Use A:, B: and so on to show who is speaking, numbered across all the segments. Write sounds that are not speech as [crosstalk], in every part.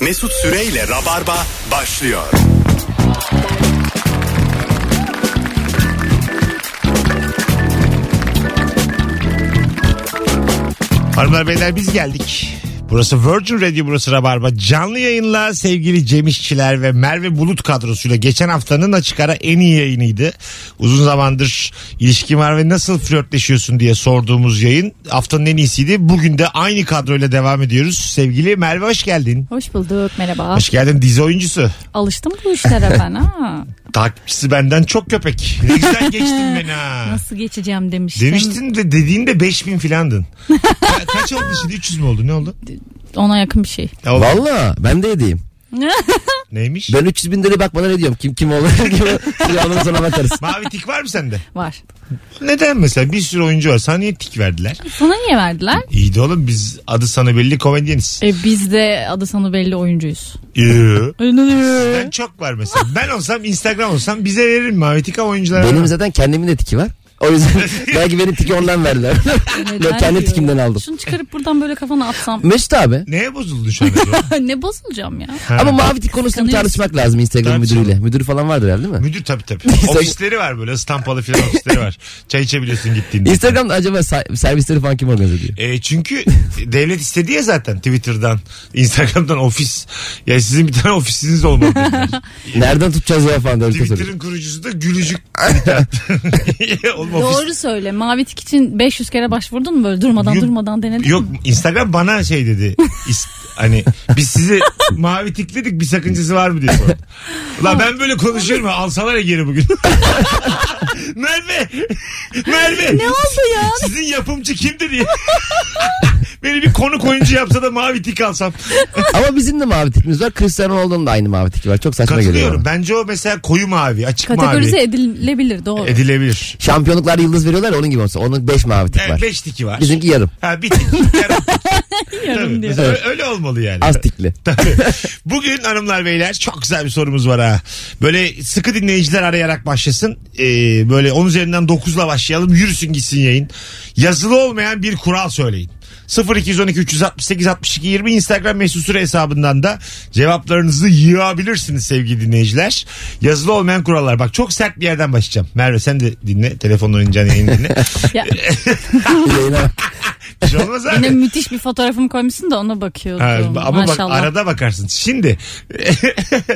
A: Mesut Süreyle Rabarba başlıyor.
B: Hanımlar beyler biz geldik. Burası Virgin Radio burası Rabarba. Canlı yayınla sevgili Cem İşçiler ve Merve Bulut kadrosuyla geçen haftanın açık ara en iyi yayınıydı. Uzun zamandır ilişkin var ve nasıl flörtleşiyorsun diye sorduğumuz yayın haftanın en iyisiydi. Bugün de aynı kadroyla devam ediyoruz. Sevgili Merve hoş geldin.
C: Hoş bulduk merhaba.
B: Hoş geldin dizi oyuncusu.
C: Alıştım bu
B: [laughs]
C: işlere ben ha.
B: Takipçisi benden çok köpek. Ne güzel geçtin beni ha.
C: Nasıl geçeceğim demiştim.
B: Demiştin de dediğinde 5000 filandın. Ka- kaç oldu şimdi 300 mü oldu ne oldu?
C: Ona yakın bir şey.
B: Ya o-
D: Valla ben de edeyim.
B: Neymiş?
D: Ben 300 bin liraya bakmadan ne diyorum? Kim kim olur? [laughs] Kim olur? Sonra Ondan sonra bakarız.
B: Mavi tik var mı sende?
C: Var.
B: Neden mesela bir sürü oyuncu var. Sana niye tik verdiler?
C: Sana niye verdiler?
B: İyi de oğlum biz adı sana belli komedyeniz.
C: E, biz de adı sanı belli oyuncuyuz.
B: Yoo. Ben [laughs] çok var mesela. Ben olsam Instagram olsam bize veririm mavi tik ama oyunculara.
D: Benim zaten kendimin de tiki var. O
B: [laughs]
D: yüzden belki benim tiki ondan verdiler. [laughs] Yok, kendi tikimden aldım.
C: Şunu çıkarıp buradan böyle kafana atsam.
D: Mesut abi.
B: Neye bozuldun şu an? acaba?
C: [laughs] ne bozulacağım ya?
B: Ha.
D: Ama mavi tik konusunu bir
C: Kıskanıyorsun.
D: tartışmak lazım Instagram
B: Tartışalım.
D: müdürüyle. Müdür falan vardır herhalde değil mi?
B: Müdür tabii tabii. Ofisleri var böyle stampalı filan ofisleri var. Çay içebiliyorsun gittiğinde.
D: Instagram'da acaba sa- servisleri falan kim organize ediyor?
B: E, çünkü devlet istedi ya zaten Twitter'dan, Instagram'dan ofis. Ya sizin bir tane ofisiniz olmalı dediler.
D: Nereden tutacağız ya falan diye bir şey soruyor.
B: Twitter'ın kurucusu da gülücük. Oğlum ofis
C: Doğru söyle. Mavi tik için 500 kere başvurdun mu böyle durmadan
B: Yok-
C: durmadan denedin
B: Yok
C: mi?
B: Instagram bana şey dedi. İs- hani biz sizi mavi tikledik bir sakıncası var mı diye sordu. Ulan ben böyle konuşuyorum ya alsalar ya geri bugün. [laughs] Merve! Merve! Ne oldu ya? Sizin yapımcı kimdi diye. [laughs] Beni bir konuk oyuncu yapsa da mavi tik alsam.
D: Ama bizim de mavi tikimiz var. Cristiano Ronaldo'nun da aynı mavi tiki var. Çok saçma geliyor.
B: Katılıyorum.
D: bana.
B: Bence o mesela koyu mavi, açık
C: Kategorize
B: mavi.
C: edilebilir doğru.
B: Edilebilir.
D: Şampiyonluklar yıldız veriyorlar ya, onun gibi olsa. Onun 5 mavi tik
B: Evet,
D: var.
B: beş tiki var.
D: Bizimki yarım.
B: Ha bir tik. yarım tik. Tabii.
C: Yarım diyor.
B: Mesela ö- Öyle olmalı yani.
D: Az
B: [laughs]
D: tikli.
B: Tabii. Bugün hanımlar beyler çok güzel bir sorumuz var ha. Böyle sıkı dinleyiciler arayarak başlasın. Ee, böyle 10 üzerinden 9'la başlayalım. Yürüsün gitsin yayın. Yazılı olmayan bir kural söyleyin. 0212 368 62 20 Instagram mesut süre hesabından da cevaplarınızı yığabilirsiniz sevgili dinleyiciler. Yazılı olmayan kurallar. Bak çok sert bir yerden başlayacağım. Merve sen de dinle. Telefonla oynayacağın yayını dinle.
C: Ya,
D: Yayına bak.
B: Bir şey olmaz abi.
C: yine müthiş bir fotoğrafımı koymuşsun da ona bakıyordum.
B: Ha, Ee, ama bak
C: Maşallah.
B: arada bakarsın. Şimdi [laughs]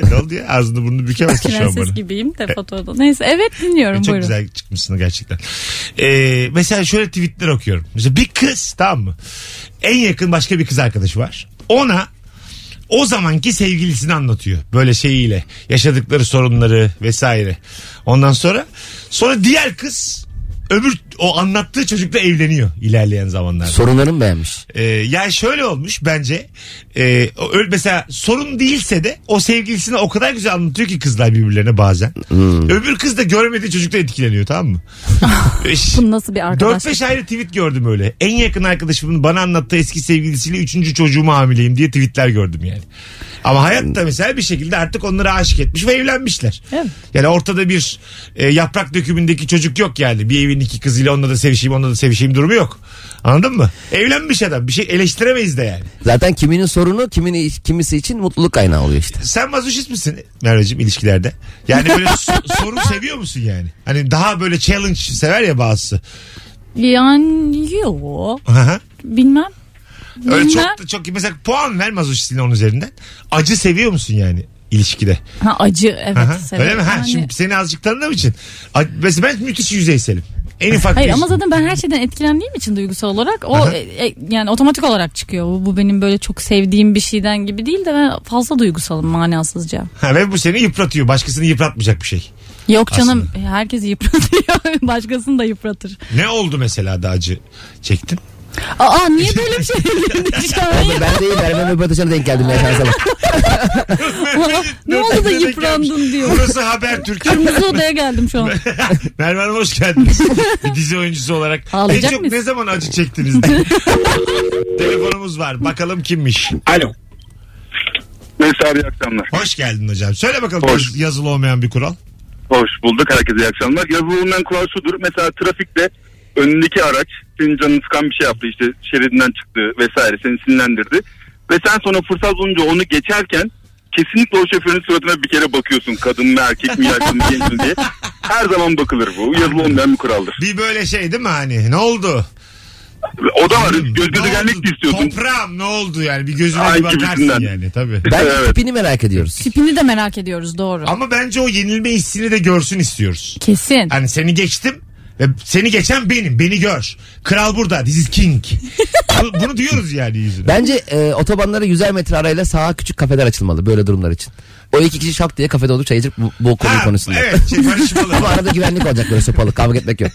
B: ne oldu ya? Ağzını burnunu bükemezsin şu an bana.
C: Prenses gibiyim de fotoğrafta. Neyse evet dinliyorum
B: E- Çok
C: buyurun.
B: güzel çıkmışsın gerçekten. Ee, mesela şöyle tweetler okuyorum. Mesela bir kız tamam mı? En yakın başka bir kız arkadaşı var. Ona o zamanki sevgilisini anlatıyor. Böyle şeyiyle. Yaşadıkları sorunları vesaire. Ondan sonra sonra diğer kız öbür o anlattığı çocukla evleniyor ilerleyen zamanlarda.
D: Sorunlarını beğenmiş.
B: Ee, yani şöyle olmuş bence. Ee, o- öyle mesela sorun değilse de o sevgilisini o kadar güzel anlatıyor ki kızlar birbirlerine bazen. Öbür kız da görmediği çocukla etkileniyor tamam mı? Ee, Eş-
C: Bu nasıl bir arkadaş?
B: 4-5 ayrı tweet gördüm öyle. En yakın arkadaşımın bana anlattığı eski sevgilisiyle 3. çocuğuma hamileyim diye tweetler gördüm yani. Ama hayatta mesela bir şekilde artık onlara aşık etmiş ve evlenmişler.
C: Evet.
B: Yani ortada bir e, yaprak dökümündeki çocuk yok yani. Bir evin iki kızıyla onunla da sevişeyim onunla da sevişeyim durumu yok. Anladın mı? Evlenmiş adam. Bir şey eleştiremeyiz de yani.
D: Zaten kiminin sorunu kimini, kimisi için mutluluk kaynağı oluyor işte.
B: Sen mazoşist misin Merveciğim ilişkilerde? Yani
C: [laughs]
B: böyle so- sorun seviyor musun yani? Hani daha böyle challenge sever ya bazısı.
C: Yani yok.
B: Hı hı.
C: Bilmem.
B: Öyle
C: Bilmem.
B: çok da- çok mesela puan ver mazoşistliğine onun üzerinden. Acı seviyor musun yani ilişkide?
C: Ha, acı evet.
B: Aha,
C: severim.
B: öyle mi? Ha,
C: Yani-
B: Şimdi seni azıcık tanıdığım için. A- Mesela ben müthiş yüzeyselim. En ufak
C: Hayır
B: bir-
C: ama zaten ben her şeyden etkilendiğim için duygusal olarak o
B: Aha.
C: e, e, yani otomatik olarak çıkıyor. Bu, bu benim böyle çok sevdiğim bir şeyden gibi değil de ben fazla duygusalım manasızca.
B: Ha, ve bu seni yıpratıyor. Başkasını yıpratmayacak bir şey.
C: Yok canım herkesi yıpratıyor. [laughs] Başkasını da yıpratır.
B: Ne oldu mesela da acı çektin?
C: Aa niye böyle
B: [laughs]
C: bir şey girdik şu an ya?
D: Ben değil Ermen Röportaj'a denk geldim ya şansa bak.
C: [laughs] ne oldu da
B: Dörtlüğüne
C: yıprandın
B: gelmiş.
C: diyor.
B: Burası haber Türk.
C: Kırmızı odaya geldim şu an.
B: [laughs] Merve Hanım hoş
C: [laughs]
B: geldiniz. Bir dizi oyuncusu olarak.
C: Ağlayacak
B: en çok
C: mıyız?
B: ne zaman acı çektiniz diye. [laughs] Telefonumuz var. Bakalım kimmiş.
E: Alo. Neyse abi iyi akşamlar.
B: Hoş geldin hocam. Söyle bakalım
E: Hoş.
B: yaz- yazılı olmayan bir kural.
E: Hoş bulduk herkese iyi akşamlar. Yazılı olmayan kural şudur. Mesela trafikte önündeki araç senin canını sıkan bir şey yaptı. işte şeridinden çıktı vesaire seni sinirlendirdi. Ve sen sonra fırsat bulunca onu geçerken kesinlikle o şoförün suratına bir kere bakıyorsun. Kadın mı erkek mi yaşlı mı genç mi diye. Her zaman bakılır bu. Yazılı olmayan bir kuraldır.
B: Bir böyle şey değil mi hani? Ne oldu?
E: Ve O da var. Göz
B: Ne
E: göze gelmek
B: oldu?
E: de istiyorsun.
B: Toprağım ne oldu yani? Bir gözüne
E: Ay,
B: bir bakarsın
E: gibisinden.
B: yani tabii.
D: Belki
E: Evet.
D: tipini merak ediyoruz.
C: Tipini de merak ediyoruz doğru.
B: Ama bence o yenilme hissini de görsün istiyoruz.
C: Kesin.
B: Hani seni geçtim ve seni geçen benim. Beni gör. Kral burada. This is king. Bu- Bunu diyoruz yani yüzüne.
D: Bence e, otobanlara 100'er metre arayla sağa küçük kafeler açılmalı böyle durumlar için. O iki kişi şak diye kafede olup çay içip bu, bu konu
B: Ha,
D: konusunda.
B: Evet şey
D: [laughs]
B: barışmalı.
D: Ama arada güvenlik olacak böyle sopalı kavga etmek yok.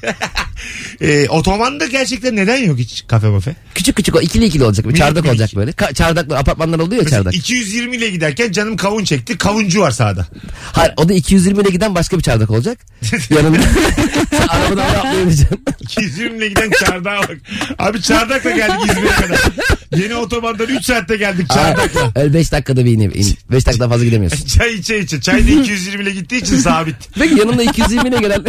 B: Ee, otomanda gerçekten neden yok hiç kafe mafe?
D: Küçük küçük o ikili ikili olacak. Bir
B: Minik
D: çardak
B: minik.
D: olacak böyle. Ka- çardaklar apartmanlar oluyor ya çardak.
B: 220 ile giderken canım kavun çekti. Kavuncu var sağda.
D: Hayır o da 220 ile giden başka bir çardak olacak.
B: [laughs]
D: Yanında. Sen arabadan da atlayabileceksin.
B: 220 ile giden çardağa bak. Abi çardakla geldik İzmir'e kadar. Yeni otobandan 3 saatte geldik çardakla.
D: Öyle 5 dakikada bir ineyim. 5 dakikadan fazla gidemiyorsun.
B: Çay içe içe. Çay da 220 ile gittiği için sabit.
D: Peki yanında 220 ile [laughs] gelen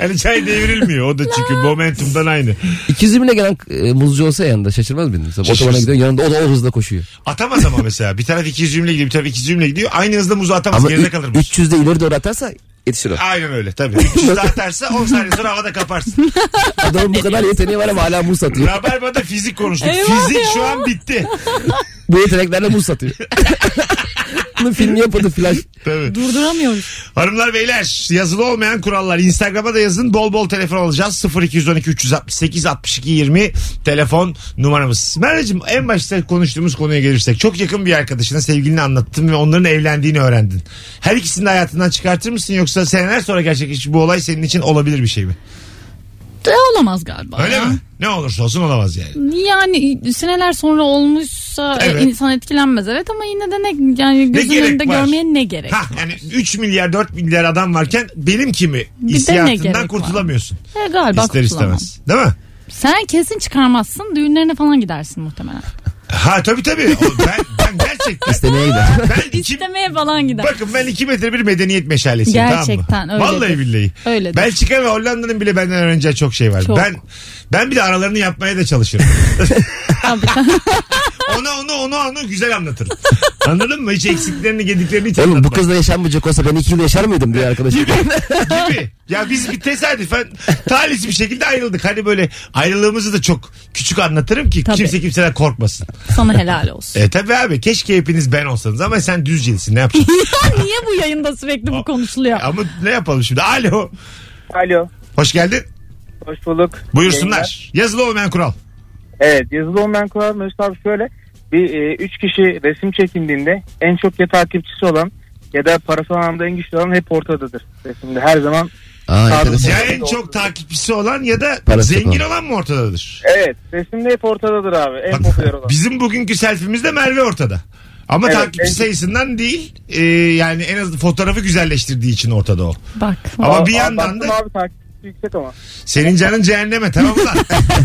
B: Yani çay devrilmiyor. O da çünkü momentumdan aynı.
D: 220 ile gelen e, muzcu olsa yanında şaşırmaz mıydın? Mesela Otobana
B: Şaşırırsın.
D: gidiyor yanında o da o hızla koşuyor.
B: Atamaz ama mesela. Bir taraf 220 ile gidiyor. Bir taraf 220 ile gidiyor. Aynı hızda muzu atamaz.
D: Ama
B: geride
D: ü-
B: kalırmış.
D: 300'de ileri doğru atarsa
B: [laughs]
D: yetişir o.
B: Aynen öyle tabii. 300 atarsa 10 saniye sonra havada kaparsın.
D: Adamın bu kadar yeteneği var ama hala muz satıyor.
B: Rabarba'da fizik konuştuk.
C: Eyvah
B: fizik
C: ya.
B: şu an bitti.
D: bu yeteneklerle muz satıyor. [laughs] Bunun filmi yapıldı flash.
B: Tabii.
C: Durduramıyoruz.
B: Hanımlar beyler yazılı olmayan kurallar. Instagram'a da yazın bol bol telefon alacağız. 0212 368 62 20 telefon numaramız. Merveciğim en başta konuştuğumuz konuya gelirsek. Çok yakın bir arkadaşına sevgilini anlattın ve onların evlendiğini öğrendin. Her ikisini de hayatından çıkartır mısın yoksa seneler sonra gerçekleşmiş bu olay senin için olabilir bir şey mi?
C: De olamaz galiba.
B: Öyle
C: ya.
B: mi? Ne olursa olsun olamaz yani.
C: Yani seneler sonra olmuşsa e,
B: Evet.
C: insan etkilenmez evet ama yine de ne yani gözünün
B: gerek
C: önünde
B: var?
C: görmeye ne gerek?
B: Ha yani 3 milyar 4 milyar adam varken benim kimi
C: de ne gerek
B: hissiyatından
C: var?
B: kurtulamıyorsun.
C: E, galiba
B: İster
C: kurtulamam.
B: istemez. Değil mi?
C: Sen kesin çıkarmazsın düğünlerine falan gidersin muhtemelen.
B: Ha tabii tabii. O- Ben, ben gerçekten. [laughs]
D: Demeye gider.
B: Ben iki,
C: İstemeye falan gider.
B: bakın ben 2 metre bir medeniyet meşalesiyim tamam
C: Gerçekten
B: mı?
C: öyledir.
B: Vallahi billahi.
C: Öyledir.
B: Belçika ve Hollanda'nın bile benden öğreneceği çok şey var.
C: Çok.
B: Ben ben bir de aralarını yapmaya da çalışırım.
C: Tabii.
B: [laughs] ona onu onu onu güzel anlatırım. Anladın mı? Hiç eksiklerini gediklerini hiç
D: Oğlum bu şey
B: anlatmam.
D: kızla yaşanmayacak olsa ben iki yıl yaşar mıydım diye arkadaşım.
B: gibi. Ya biz bir tesadüfen talihsiz bir şekilde ayrıldık. Hani böyle ayrılığımızı da çok küçük anlatırım ki
C: Tabii.
B: kimse kimseden korkmasın.
C: Sana helal olsun.
B: E tabi abi keşke hepiniz ben olsanız ama sen düzcelisin ne
C: [laughs]
B: yapacaksın?
C: [laughs] ya niye bu yayında sürekli bu konuşuluyor?
B: ama ne yapalım şimdi? Alo.
F: Alo.
B: Hoş geldin.
F: Hoş bulduk. Yayınlar.
B: Buyursunlar. Yazılı olmayan kural.
F: Evet yazılı olmayan kural Mesut abi şöyle. Bir, e, üç kişi resim çekindiğinde en çok ya takipçisi olan ya da parasal anlamda en güçlü olan hep ortadadır resimde. Her zaman
D: Aa, enteresan.
B: Ya en çok takipçisi olan ya da
D: Parası
B: zengin
D: olan.
B: olan mı ortadadır?
F: evet resimde hep ortadadır abi. En popüler olan.
B: Bizim bugünkü selfimizde Merve ortada. Ama
F: Evet,
B: takipçi
F: en-
B: sayısından değil e, yani en az fotoğrafı güzelleştirdiği için ortada o.
C: Bak.
B: Ama
F: Aa,
B: bir
F: aa,
B: yandan
F: baktım
B: da
F: abi takipçisi yüksek ama.
B: Senin canın cehenneme tamam
C: [laughs]
B: mı lan?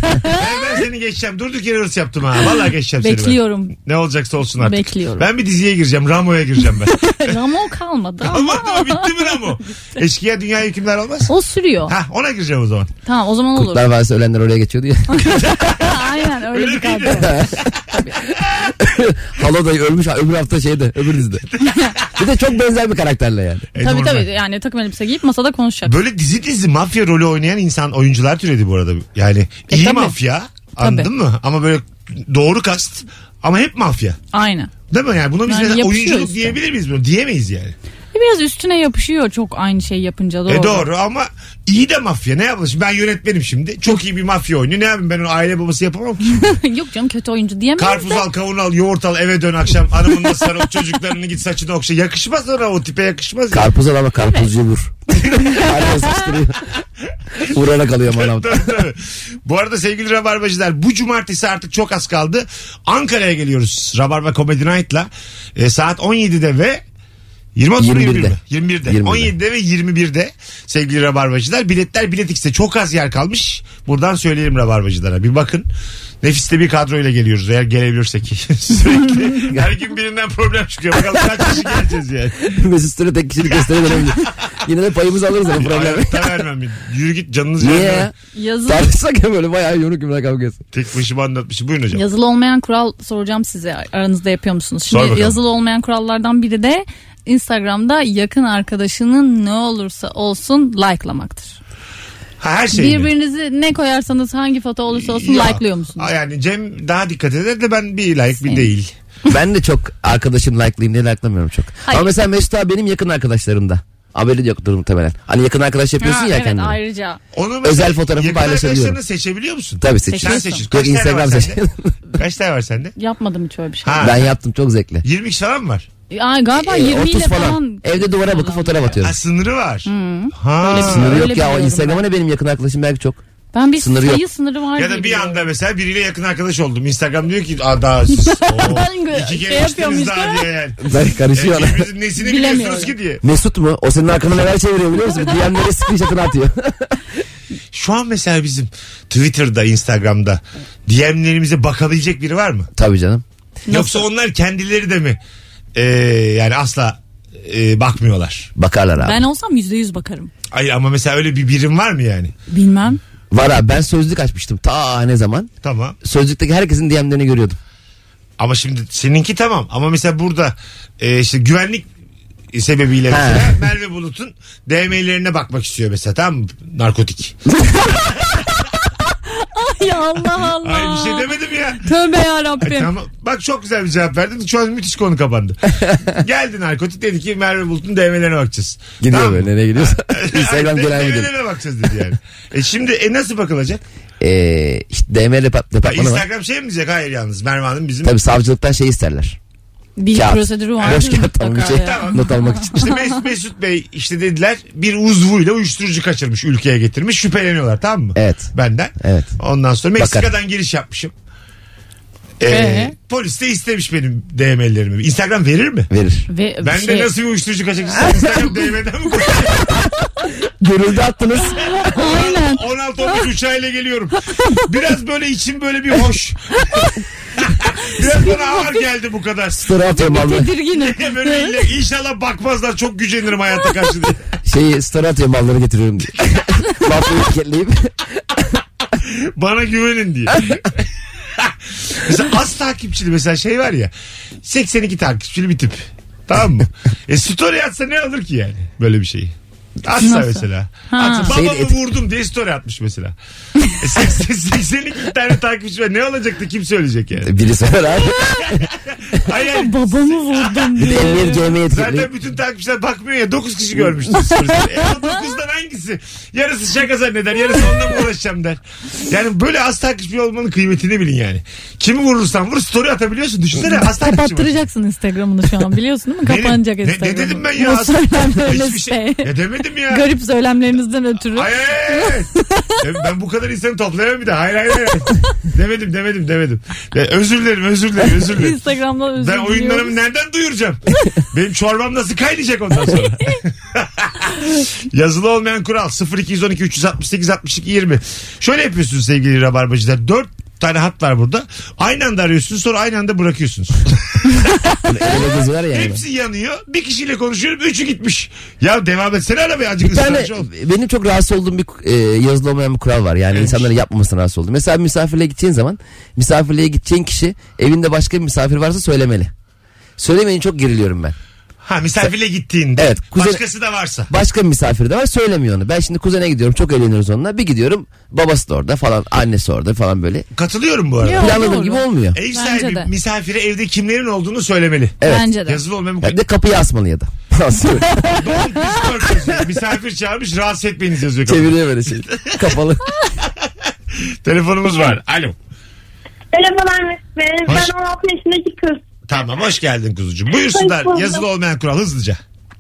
B: ben, ben seni geçeceğim. Durduk yere hırs yaptım ha. Vallahi geçeceğim seni ben. [laughs]
C: Bekliyorum.
B: Ne olacaksa olsun artık.
C: Bekliyorum.
B: Ben bir diziye gireceğim. Ramo'ya gireceğim ben.
C: [laughs] Ramon kalmadı ama
B: Olmadı mı? Bitti mi Ramo? Eşkıya dünya hükümler olmaz.
C: o sürüyor.
B: Hah ona gireceğim o zaman.
C: Tamam o zaman olur.
D: Kurtlar Vadisi ölenler oraya geçiyordu ya.
C: [laughs]
B: [laughs]
C: Aynen öyle bir
B: miydi?
C: kadro.
D: Halo dayı ölmüş öbür hafta şeyde öbür
B: [laughs]
D: dizide. bir de çok benzer bir karakterle yani.
B: E,
C: tabii
B: normal.
C: tabii yani takım elbise giyip masada konuşacak.
B: Böyle dizi dizi mafya rolü oynayan insan oyuncular türedi bu arada. Yani
C: E,
B: iyi
C: tabii.
B: mafya anladın
C: Tabii.
B: mı? Ama böyle doğru kast ama hep mafya.
C: Aynen.
B: Değil mi? Yani buna biz
C: Yani
B: mesela
C: yapışıyor
B: oyunculuk
C: işte.
B: diyebilir miyiz bunu? Diyemeyiz yani.
C: E Biraz üstüne yapışıyor çok aynı şeyi yapınca doğru.
B: E doğru ama iyi de mafya. Ne yapalım? Şimdi Ben yönetmenim şimdi. Çok iyi bir mafya oyunu. Ne yapayım ben onu aile babası
C: [laughs]
B: yapamam ki.
C: Yok canım kötü oyuncu diyemeyiz
B: Karpuz
C: de.
B: al, kavun al, yoğurt al, eve dön akşam. Hanımın da sarıl, çocuklarını git saçını okşa. Yakışmaz ona o tipe yakışmaz. ya.
D: Karpuz ama karpuzcu vur. Hala sıçtırıyor. Vurarak alıyor
B: [laughs]
D: bana.
B: Tabii, tabii. Bu arada sevgili Rabarbacılar bu cumartesi artık çok az kaldı. Ee, Ankara'ya geliyoruz Rabarba Comedy Night'la. E, saat 17'de ve 20.30 mu 21'de?
D: 21'de.
B: 21'de.
D: 21'de.
B: 17'de ve 21'de sevgili Rabarbacılar. Biletler Bilet X'te çok az yer kalmış. Buradan söyleyelim Rabarbacılara. Bir bakın. Nefisli bir kadroyla geliyoruz eğer gelebilirsek. [laughs] Sürekli her gün birinden problem çıkıyor. Bakalım kaç kişi geleceğiz yani.
D: Mesut Süre tek kişilik gösteri dönebilir. Yine de payımızı alırız ama [laughs]
B: [laughs]
D: problem.
B: Hayatta vermem. Yürü git canınız
D: Niye
B: yanıyor.
D: ya?
C: Yazılı,
D: Tartışsak ya böyle bayağı yumruk yumruğa kavgası.
B: Tek başıma anlatmışım. Buyurun hocam.
C: yazılı olmayan kural soracağım size. Aranızda yapıyor musunuz?
B: Sor bakalım.
C: Şimdi yazılı olmayan kurallardan biri de Instagram'da yakın arkadaşının ne olursa olsun like'lamaktır.
B: Ha, her şey.
C: Birbirinizi ne koyarsanız hangi foto olursa olsun
B: Ya.
C: like'lıyor musunuz?
B: Ha, Yani Cem daha dikkat eder de ben bir like bir
C: Evet.
B: değil.
D: Ben de çok arkadaşım like'layayım diye like'lamıyorum çok.
C: Hayır.
D: Ama mesela Mesut abi benim yakın arkadaşlarımda. Haberi yoktur muhtemelen. Hani yakın arkadaş yapıyorsun
C: Ha,
D: ya
C: evet
D: kendine.
C: ayrıca.
B: Onu mesela
D: Özel fotoğrafı
B: yakın
D: paylaşabiliyorum.
B: arkadaşlarını seçebiliyor musun?
D: Tabii
B: Sen
D: seçiyorsun.
C: Seçiyorsun.
B: seçiyorsun.
D: Yok,
B: Kaç tane var
D: Instagram
B: sende?
D: seçiyorum.
B: Kaç tane var sende?
C: Yapmadım hiç öyle bir şey.
B: Ha. e,
D: Ben yaptım çok zevkli.
B: 20 kişi falan mı var?
C: Ay galiba
D: Ee,
C: 20 ile
D: 30
C: falan.
D: falan. Evde duvara bakıp fotoğraf atıyorum.
B: Ha, sınırı var. Ha.
C: Hmm. Öyle bir-
D: Sınırı yok
C: Öyle
D: ya o
C: biliyorum
D: Instagram'a ne benim yakın arkadaşım belki çok.
C: Ben bir
D: Sınırı
C: sayı
D: yok.
C: sınırı var
B: Ya
C: diye
B: da bir
C: biliyorum.
B: anda mesela biriyle yakın arkadaş oldum. Instagram diyor ki Aa,
C: [laughs]
B: daha siz- Oo, iki
C: Şey
B: kere içtiniz
C: yapıyormuş
B: daha diyor yani.
D: Ben karışıyor.
B: Evet, birbirinizin nesini
C: Bilemiyorum.
B: biliyorsunuz ki diye.
D: Mesut mu? O senin arkana neler çeviriyor biliyor musun? DM'lere screenshot'ını atıyor.
B: Şu an mesela bizim Twitter'da, Instagram'da DM'lerimize bakabilecek biri var mı?
D: [laughs] Tabii canım.
B: Yoksa onlar kendileri de mi? Ee, yani asla e, bakmıyorlar.
D: Bakarlar abi.
C: Ben olsam %100 bakarım.
B: Ay ama mesela öyle bir birim var mı yani?
C: Bilmem.
D: Var abi ben sözlük açmıştım ta ne zaman.
B: Tamam.
D: Sözlükteki herkesin DM'lerini görüyordum.
B: Ama şimdi seninki tamam. Ama mesela burada e, işte güvenlik sebebiyle
D: Ha.
B: mesela Merve Bulut'un DM'lerine bakmak istiyor mesela tamam mı? Narkotik.
C: Ay Allah Allah.
B: Ay bir şey demedim ya.
C: Tövbe ya
B: Ay,
C: Rabbim.
B: tamam. Bak çok güzel bir cevap verdin. Şu an müthiş konu kapandı.
D: [laughs]
B: Geldi narkotik dedi ki Merve Bulut'un DM'lerine bakacağız.
D: Gidiyor
B: Tamam. [laughs]
D: böyle nereye [laughs] gidiyorsa. Instagram
B: Ay,
D: gelen gidiyor.
B: DM'lerine bakacağız dedi yani. e şimdi e, nasıl bakılacak?
D: Ee, işte DM depa-
B: Ya,
D: departmanı var.
B: Instagram şey mi diyecek? Hayır yalnız Merve Hanım bizim
D: Tabii savcılıktan şey isterler.
C: Bir
D: Kağıt.
C: prosedürü var.
D: Boş kağıt tamam bir şey.
B: ya.
D: Not almak için.
B: İşte
C: [laughs]
B: Mes- Mesut Bey işte dediler bir uzvuyla uyuşturucu kaçırmış ülkeye getirmiş şüpheleniyorlar tamam mı?
D: Evet.
B: Benden.
D: Evet.
B: Ondan sonra
D: Bakar.
B: Meksika'dan giriş yapmışım. Ee,
C: Ee?
B: Polis de istemiş benim DM'lerimi. Instagram verir mi?
D: Verir.
C: Ve
B: Ben
C: şey,
B: de nasıl bir uyuşturucu kaçakçısı Instagram DM'den mi koyuyor?
D: Görüldü attınız.
C: [laughs] Aynen.
B: 16 15 uçağıyla geliyorum. Biraz böyle içim böyle bir
C: [laughs]
B: hoş. Biraz bana ağır geldi bu kadar.
D: Sonra atıyorum malları.
C: Tedirginim.
B: Böyle elle- İnşallah bakmazlar çok gücenirim hayata karşı diye.
D: Şeyi sonra atıyorum malları getiriyorum [laughs] diye. Lafı etiketleyip.
B: Bana güvenin diye. mesela az takipçili mesela şey var ya 82 takipçili bir tip. Tamam mı? E story atsa ne alır ki yani böyle bir şeyi? Atsa
C: Nasıl?
B: mesela. Atsa,
D: Şeyin
B: babamı
D: etik-
B: vurdum diye story atmış mesela. E, 80 82 tane takipçi var. Ne olacaktı kim söyleyecek yani?
D: [laughs] Biri söyler abi.
B: Hayır. hayır.
C: Babamı vurdum
D: Bir de
C: diye.
D: emniyet GM'ye
B: Zaten
D: etiketleyip.
B: bütün takipçiler bakmıyor ya 9 kişi görmüştür story'sini. E o 9'dan hangisi? Yarısı şaka zanneder, yarısı onunla mı uğraşacağım der. Yani böyle az takipçi olmanın kıymetini bilin yani. Kimi vurursan vur story atabiliyorsun. Düşünsene az takipçi var.
C: Kapattıracaksın Instagram'ını şu an biliyorsun değil mi?
B: Benim-
C: Kapanacak
B: ne-
C: Instagram.
B: Ne dedim ben ya?
C: Bu söylemlerinizde.
B: Hiçbir şey. Ya demedim ya.
C: Garip söylemlerinizden ötürü.
B: Ay, ay, ay. Ya ben bu kadar insanı toplayamam bir de. Hayır hayır hayır. demedim demedim demedim. Ya özür dilerim özür dilerim özür dilerim.
C: Instagram'dan özür
B: Ben oyunlarımı
C: diliyoruz.
B: nereden
C: [laughs]
B: duyuracağım? Benim çorbam nasıl kaynayacak ondan sonra? Yazılı olmayan kural 0212 368 62 20. Şöyle yapıyorsunuz sevgili rabarbacılar. 4 tane hat var burada. Aynı anda arıyorsunuz sonra aynı anda
C: [laughs]
B: bırakıyorsunuz.
D: Öyle geziyorlar ya yani.
B: Hepsi yanıyor. Bir kişiyle konuşuyorum. Üçü gitmiş. Ya devam etsene arabaya azıcık
D: Bir tane
B: ısrarcı ol.
D: benim çok rahatsız olduğum bir e, yazılı olmayan bir kural var. Yani insanların yapmamasına rahatsız oldum. Mesela misafirliğe gideceğin zaman misafirliğe gideceğin kişi evinde başka bir misafir varsa söylemeli. Söylemeyin çok geriliyorum ben.
B: Ha misafirle gittiğinde.
D: Evet, kuzen-
B: Başkası da varsa.
D: Başka bir misafir de var söylemiyor onu. Ben şimdi kuzene gidiyorum çok eğleniyoruz onunla. Bir gidiyorum babası da orada falan annesi orada falan böyle.
B: Katılıyorum bu arada.
C: Yok.
D: Planladığım
C: doğru.
D: gibi olmuyor.
B: Ev
C: Bence
B: sahibi
C: de.
B: misafire evde kimlerin olduğunu söylemeli.
D: Evet.
C: Bence de.
B: Yazılı olmayan bu
D: Ya bir de kapıyı asmalı ya da. [laughs]
C: [laughs]
B: Doğum kız korkuyorsun. Misafir çağırmış rahatsız etmeyiniz yazıyor. kapıda.
D: Çeviriyor böyle şey.
C: [laughs]
D: Kapalı.
B: Telefonumuz var. Alo.
G: Merhabalar Mesut Bey.
B: Hoş-
G: Ben 16 yaşındaki kız.
B: Tamam hoş geldin kuzucuğum. Buyursunlar
G: Hoş bulduk.
B: yazılı olmayan kural hızlıca.